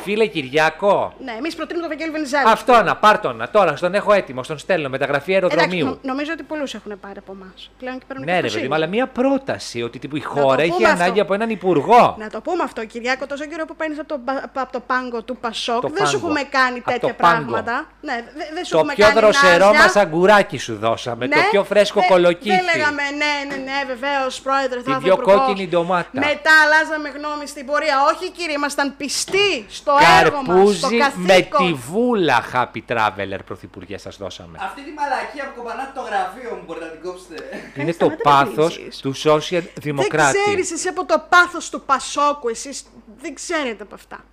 Φίλε Κυριακό,
Ναι, εμείς προτείνουμε τον Βαγγέλη Βενιζέλη.
αυτό να πάρ' τον, να, τώρα στον έχω έτοιμο, στον στέλνω μεταγραφή
Εντάξει, νο-
αεροδρομίου.
νομίζω ότι πολλούς έχουν πάρει από εμάς. Πλέον και παίρνουν
Ναι, ρε παιδί
δικαιοσύνη.
μου, αλλά μία πρόταση ότι τύπου η
το
χώρα έχει
πούμε αυτό.
ανάγκη από έναν υπουργό.
Να το πούμε αυτό, Κυριάκο, τόσο καιρό που παίρνεις από, το μπα- απ' το πάγκο του Πασόκ,
Το
δεν σου
πάγκο.
έχουμε κάνει
Απ' το
τέτοια
πάγκο.
πράγματα. Ναι, δε- δεν σου
Το
έχουμε
πιο
κάνει
δροσερό
νάζια.
μας αγκουράκι σου δώσαμε.
Ναι,
το πιο φρέσκο
δε-
κολοκύθι.
Δεν λέγαμε ναι, ναι, ναι, βεβαίως, πρόεδρε,
Τη
θα
πιο
βγω υπουργός.
κόκκινη ντομάτα.
Μετά αλλάζαμε γνώμη στην πορεία. Όχι, κύριε, ήμασταν πιστοί στο έργο μας, στο
Καρπούζι με
καθήκον.
τη βούλα, happy traveler, πρωθυπουργέ, σας δώσαμε.
Αυτή τη μαλακία που κομπανάτε το γραφείο μου μπορείτε να την κόψετε.
Είναι
σταμάτα
το
να
πάθο
βρίζεις.
του social
Δεν
δημοκράτη.
ξέρεις εσύ από το πάθος του Πασόκου, εσείς δεν ξέρετε από αυτά.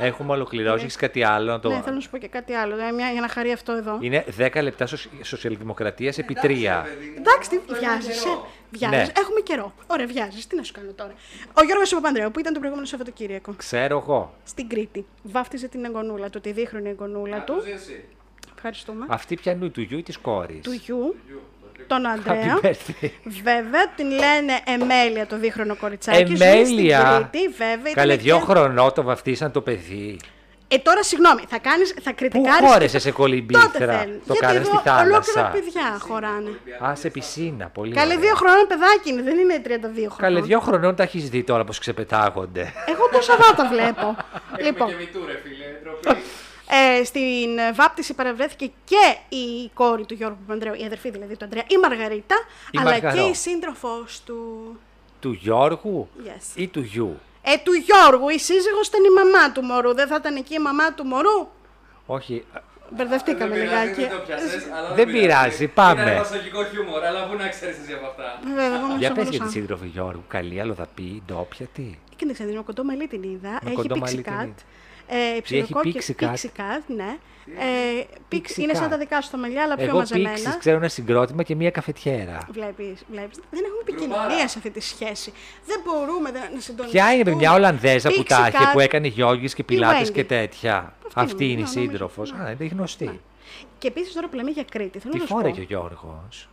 Έχουμε ολοκληρώσει, έχεις κάτι άλλο να το.
Ναι, θέλω να σου πω και κάτι άλλο. ε, μια- για να χαρεί αυτό εδώ.
Είναι 10 λεπτά σοσ- σοσιαλδημοκρατία
Ε,
επί 3.
Εντάξει, τι βιάζεσαι. ε, Βιάζεσαι.
Ναι.
Έχουμε καιρό. Ωραία, βιάζεσαι. Τι να σου κάνω τώρα. Ο Γιώργος Παπανδρέου, που ήταν το προηγούμενο Σαββατοκύριακο
Ξέρω εγώ.
στην Κρήτη, βάφτιζε την εγγονούλα του, τη δίχρονη εγγονούλα του. Ευχαριστούμε.
Αυτή πιανού του γιου ή της κόρης.
Του γιου, τον Ανδρέα.
Happy birthday.
Βέβαια, την λένε Εμέλεια το δίχρονο κοριτσάκι. Ζούσε
Εμέλεια.
Στην Κρήτη, βέβαια.
Καλέ,
ήταν
δύο
και-
χρονών το βαφτίσαν το παιδί.
Ε, τώρα συγγνώμη, θα, κάνεις, θα
Πού
κριτικάρεις...
χώρεσαι σε
Τότε
κολυμπήθρα.
θέλουν.
Το
Γιατί
κάνει
εδώ
στη
Ολόκληρα
θάλασσα.
παιδιά χωράνε.
Α, σε πισίνα, πολύ.
Καλέ,
ωραία.
δύο χρονών παιδάκι είναι, δεν είναι 32 χρονών.
Καλέ, δύο χρονών τα έχεις δει τώρα πώς ξεπετάγονται.
Εγώ πόσα βάτα βλέπω. λοιπόν,
Και μητούρε, φίλε. ντροπή.
ε, στην ε, βάπτιση παραβρέθηκε και η κόρη του Γιώργου Παπανδρέου, η αδερφή δηλαδή του Αντρέα, η Μαργαρίτα,
Η
αλλά
Μαργαρό.
και η σύντροφό του.
του Γιώργου
Yes.
ή του γιου.
Ε, του Γιώργου, η σύζυγος ήταν η μαμά του μωρού. Δεν θα ήταν εκεί η μαμά του μωρού.
Όχι, α,
Μπερδευτήκαμε
Δεν πειράζει,
λιγάκι.
δεν το πιάσες, αλλά
Δεν πειράζει, πάμε.
Είναι ένα βασιλικό χιούμορ, αλλά πού να ξέρεις εσύ από αυτά.
Βέβαια, εγώ με
για πες για τη
σοβαρούσα.
σύντροφη Γιώργου. Καλή, αλλοδαπή, ντόπια, τι.
Και δεν ξέρω, με κοντό μαλλί την είδα. έχει
κοντό
πήξει
μαλλί την
κατ.
είδα.
Ε,
Τι, έχει
ψιλοκόκκι-
πήξει κατ?
πήξει κατ, ναι. Ε, πήξει-
Πήξει
είναι σαν
κατ.
τα δικά σου τα μαλλιά, αλλά πιο
Εγώ
μαζεμένα.
πήξεις, ξέρω ένα συγκρότημα και μία καφετιέρα.
Βλέπεις, βλέπεις. Δεν έχουμε επικοινωνία σε αυτή τη σχέση. Δεν μπορούμε δεν- να συντονιστούμε.
Ποια είναι μια Ολλανδέζα που τα είχε,
Pixie
που
Cat
έκανε γιόγγις και πιλάτες
Wendy.
και τέτοια.
Αυτή
Αυτή
είναι,
είναι η
ναι, νομίζω,
σύντροφος.
ναι.
Α, είναι γνωστή.
Και επίσης τώρα που λέμε για Κρήτη, θέλω
Τι
να σου
φόρεγε ο
πω.
Γιώργος.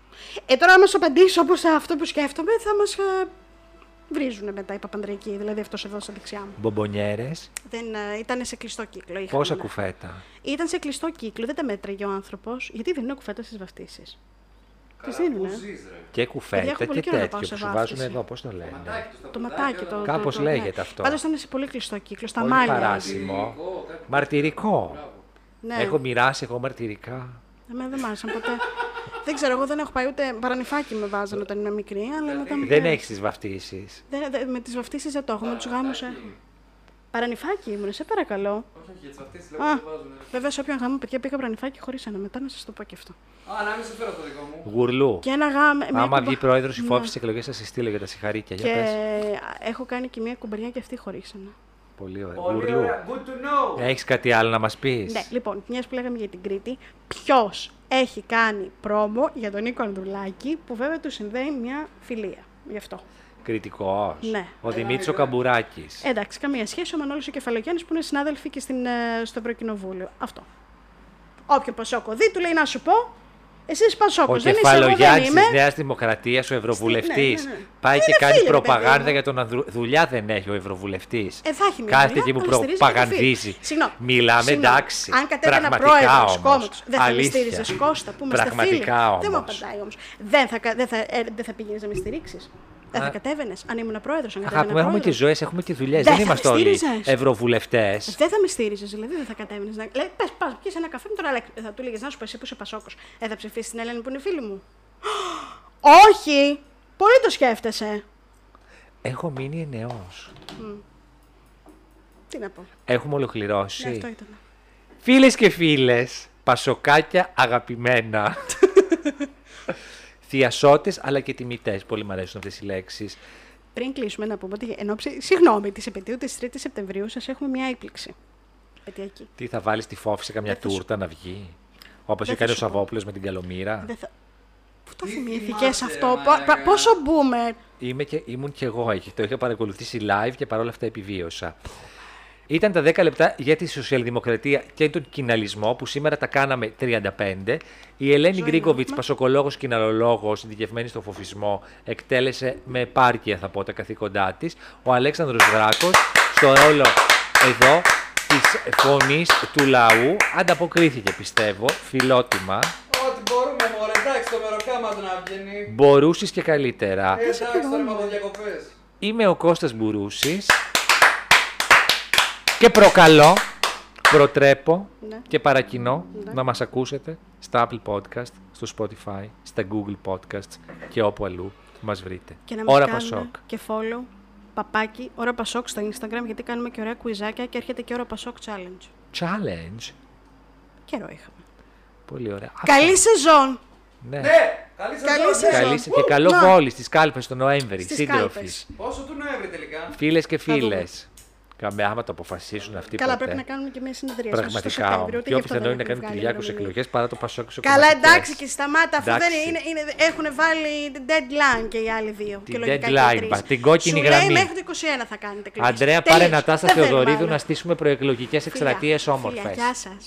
Ε, τώρα, άμα σου απαντήσω όπως αυτό που σκέφτομαι, θα μας ε, βρίζουν μετά οι παπανδρικοί. Δηλαδή αυτός εδώ στα δεξιά μου.
Μπομπονιέρες,
Δεν, ε, ήταν σε κλειστό κύκλο. είχαμε.
πόσα κουφέτα.
Ήταν σε κλειστό κύκλο, δεν τα μέτραγε ο άνθρωπος. Γιατί δεν είναι κουφέτα στι βαφτίσει. Τι
Πού
δίνουν.
ζεις, ρε.
Και
έχω
κουφέτα
πολύ
και
καιρό να
τέτοιο
πάω
που
σε
σου
βάφτιση.
βάζουν εδώ, πώς το λένε.
Το ματάκι το.
Κάπως
το- το- ναι.
λέγεται αυτό.
Πάντως ήταν σε πολύ κλειστό κύκλο, στα
Πολύ
μάλια.
παράσιμο. Μαρτυρικό.
Ναι.
Έχω μοιράσει, έχω μαρτυρικά.
Εμένα δεν μ' άρεσαν ποτέ. δεν ξέρω, εγώ δεν έχω πάει ούτε παρανυφάκι με βάζαν όταν ήμουν μικρή, αλλά μετά μου
Δηλαδή, Δεν
πέρασε.
έχεις τις βαφτίσεις.
Δεν- δε- με τις βαφτίσεις δεν το έχω, με τους γάμους έχω. Παρανυφάκι ήμουν, σε παρακαλώ.
Όχι, όχι, έτσι αυτές τις
Α,
λέμε που βάζουνε.
βέβαια σε όποιον γάμο παιδιά πήγα παρανυφάκι χωρί ένα, μετά να σας το πω και αυτό.
Α, να μην σε φέρω το δικό μου.
Γουρλού.
Και ένα γάμο. μια
Άμα
κουμπα-
βγει πρόεδρος η
Ναι.
φόβης στι εκλογέ, θα σε στείλω για τα συγχαρήκια.
Και
Για πες.
α, έχω κάνει και μια κουμπαριά και αυτή χωρίσανε.
Πολύ ωραία.
Πολύ
Γουρλού. Ε.
ωραία. Good to know.
Έχεις κάτι άλλο να μας πεις.
Ναι, λοιπόν, μιας που λέγαμε για την Κρήτη, ποιος έχει κάνει πρόμο για τον Νίκο Ανδρουλάκη, που βέβαια του συνδέει μια φιλία. Γι' αυτό.
Κριτικός.
Ναι.
Ο Δημήτρη ο Καμπουράκης.
Εντάξει, καμία σχέση ο Μανώλης ο Κεφαλογιάννης που είναι συνάδελφοι και στην, ε, στο Ευρωκοινοβούλιο. Αυτό. Όποιο Πασόκο δει, του λέει να σου πω, εσύ είσαι Πασόκο.
ο
Δεν είσαι εγώ, δεν
κεφαλογιάννη
είμαι.
της Νέας Δημοκρατίας, ο Ευρωβουλευτής.
ναι, ναι.
Πάει
Είναι
και κάνει
φίλοι, ρε παιδί
προπαγάνδα
μου.
για τον Ανδρου... Δουλειά δεν έχει ο Ευρωβουλευτής.
Ε, θα έχει μια
Κάθεται
δουλειά,
εκεί που
αλλά στηρίζει και
προπαγανδίζει.
τη φίλη. Συγγνώμη.
Μιλάμε
Συγγνώμη.
εντάξει.
Αν κατέβαινα
Πραγματικά
πρόεδρος
όμως.
κόμματος, δεν θα με
Αλήθεια.
στήριζε Κώστα που είμαστε
Πραγματικά
φίλοι.
όμως.
Δεν μου απαντάει όμως. Δεν θα, κα- δεν θα, ε, δεν θα πήγαινες να με στηρίξεις. Δεν θα
Α.
κατέβαινες. Αν ήμουν πρόεδρος, αν
Αγάπη μου,
κατέβαινα
έχουμε και
πρόεδρος.
ζωές, έχουμε και δουλειές.
Δεν
Δεν,
θα με
είμαστε όλοι
στήριζες.
ευρωβουλευτές.
Δεν θα με στήριζες, δηλαδή δεν θα κατέβαινες. Να... Λέει, πες, πας, πιέσαι ένα καφέ με τον Αλέξη. Ε, Θα του λέγε να σου πω εσύ που είσαι Πασόκος. Ε, θα ψηφίσεις την Ελένη που είναι φίλη μου. Όχι! Πολύ το σκέφτεσαι.
Έχω μείνει ενεό.
Τι να πω.
Έχουμε
Ναι, αυτό
ολοκληρώσει.
ήταν.
Φίλες και φίλες, πασοκάκια αγαπημένα. Θειασότε αλλά και τιμητές. Πολύ μου αρέσουν αυτές οι λέξεις.
Πριν κλείσουμε, να πούμε ότι εν ώψη, συγγνώμη, της επαιτίου της 3η Σεπτεμβρίου σας έχουμε μια έκπληξη. Επαιτειακή.
Τι θα βάλεις τη φόφη σε καμιά
Δεν θα σου-
τούρτα να βγει. Όπως
Δεν θα
έκανε ο
σου πω.
Σαββόπουλος με την καλομήρα.
Δεν θα... αυτό
Τι
θυμήθηκες
θυμάσαι,
αυτό.
μαλάκα.
Πα- Πόσο μπούμε.
Είμαι και, ήμουν και εγώ εκεί. Το είχα παρακολουθήσει live και παρόλα αυτά επιβίωσα. Ήταν τα 10 λεπτά για τη σοσιαλδημοκρατία και τον κοιναλισμό που σήμερα τα κάναμε 35. Η Ελένη Γκρίγκοβιτ, πασοκολόγο κοιναλολόγο, συνδικευμένη στον φοφισμό, εκτέλεσε με επάρκεια θα πω τα καθήκοντά της. Ο Αλέξανδρος Δράκος, στο ρόλο εδώ της φωνής του λαού, ανταποκρίθηκε πιστεύω, φιλότιμα.
Ό,τι μπορούμε, μωρέ, εντάξει, το μεροκάμα του να βγαίνει.
Μπορούσες και καλύτερα.
Ε, εντάξει, τώρα είμαι από διακοπές.
Είμαι ο Κώστας Μπουρούσης και προκαλώ, προτρέπω
Ναι.
και παρακινώ να μας ακούσετε στα Apple Podcast, στο Spotify, στα Google Podcasts και όπου αλλού μας βρείτε.
Και να μας
Ώρα
κάνουν
Πασόκ.
και follow, παπάκι, ώρα Πασόκ στο Instagram, γιατί κάνουμε και ωραία κουιζάκια και έρχεται και ώρα Πασόκ challenge.
Challenge.
Καιρό είχαμε.
Πολύ ωραία. Αυτά.
Καλή σεζόν!
Ναι.
Ναι, καλή σας
Καλή
ώρα,
σας
ναι.
ώρα.
Καλή
σεζόν.
και
Ου,
καλό
να.
βόλι στις κάλπες το Νοέμβρη.
Στις
Σύντροφοι.
κάλπες.
Πόσο του Νοέμβρη τελικά.
Φίλες και
δούμε.
φίλες. Καμέ άμα το αποφασίσουν αυτοί
Καλά,
ποτέ.
πρέπει να κάνουμε και μια συνεδρία. στο
Πραγματικά.
Σεπτέμβριο,
όμως.
ούτε
Πιο
γι' αυτό
πιθανό
δεν
είναι να
έχουμε
κάνουν
βγάλει
Κυριάκος
ημερομηνία.
εκλογές παρά το Πασόκ σε
Καλά,
κομματικές.
εντάξει και σταμάτα. Αφού δεν
Εντάξει.
είναι, είναι, έχουν βάλει την deadline και οι άλλοι δύο.
Την
και λογικά
deadline,
και οι τρεις.
πα- την κόκκινη
Σου
γραμμή.
λέει μέχρι το 21 θα κάνετε κλειστή.
Αντρέα, πάρε να τάστα Θεοδωρίδου να
στείλει
στήσουμε προεκλογικές εκστρατείε όμορφες.
Γεια σας.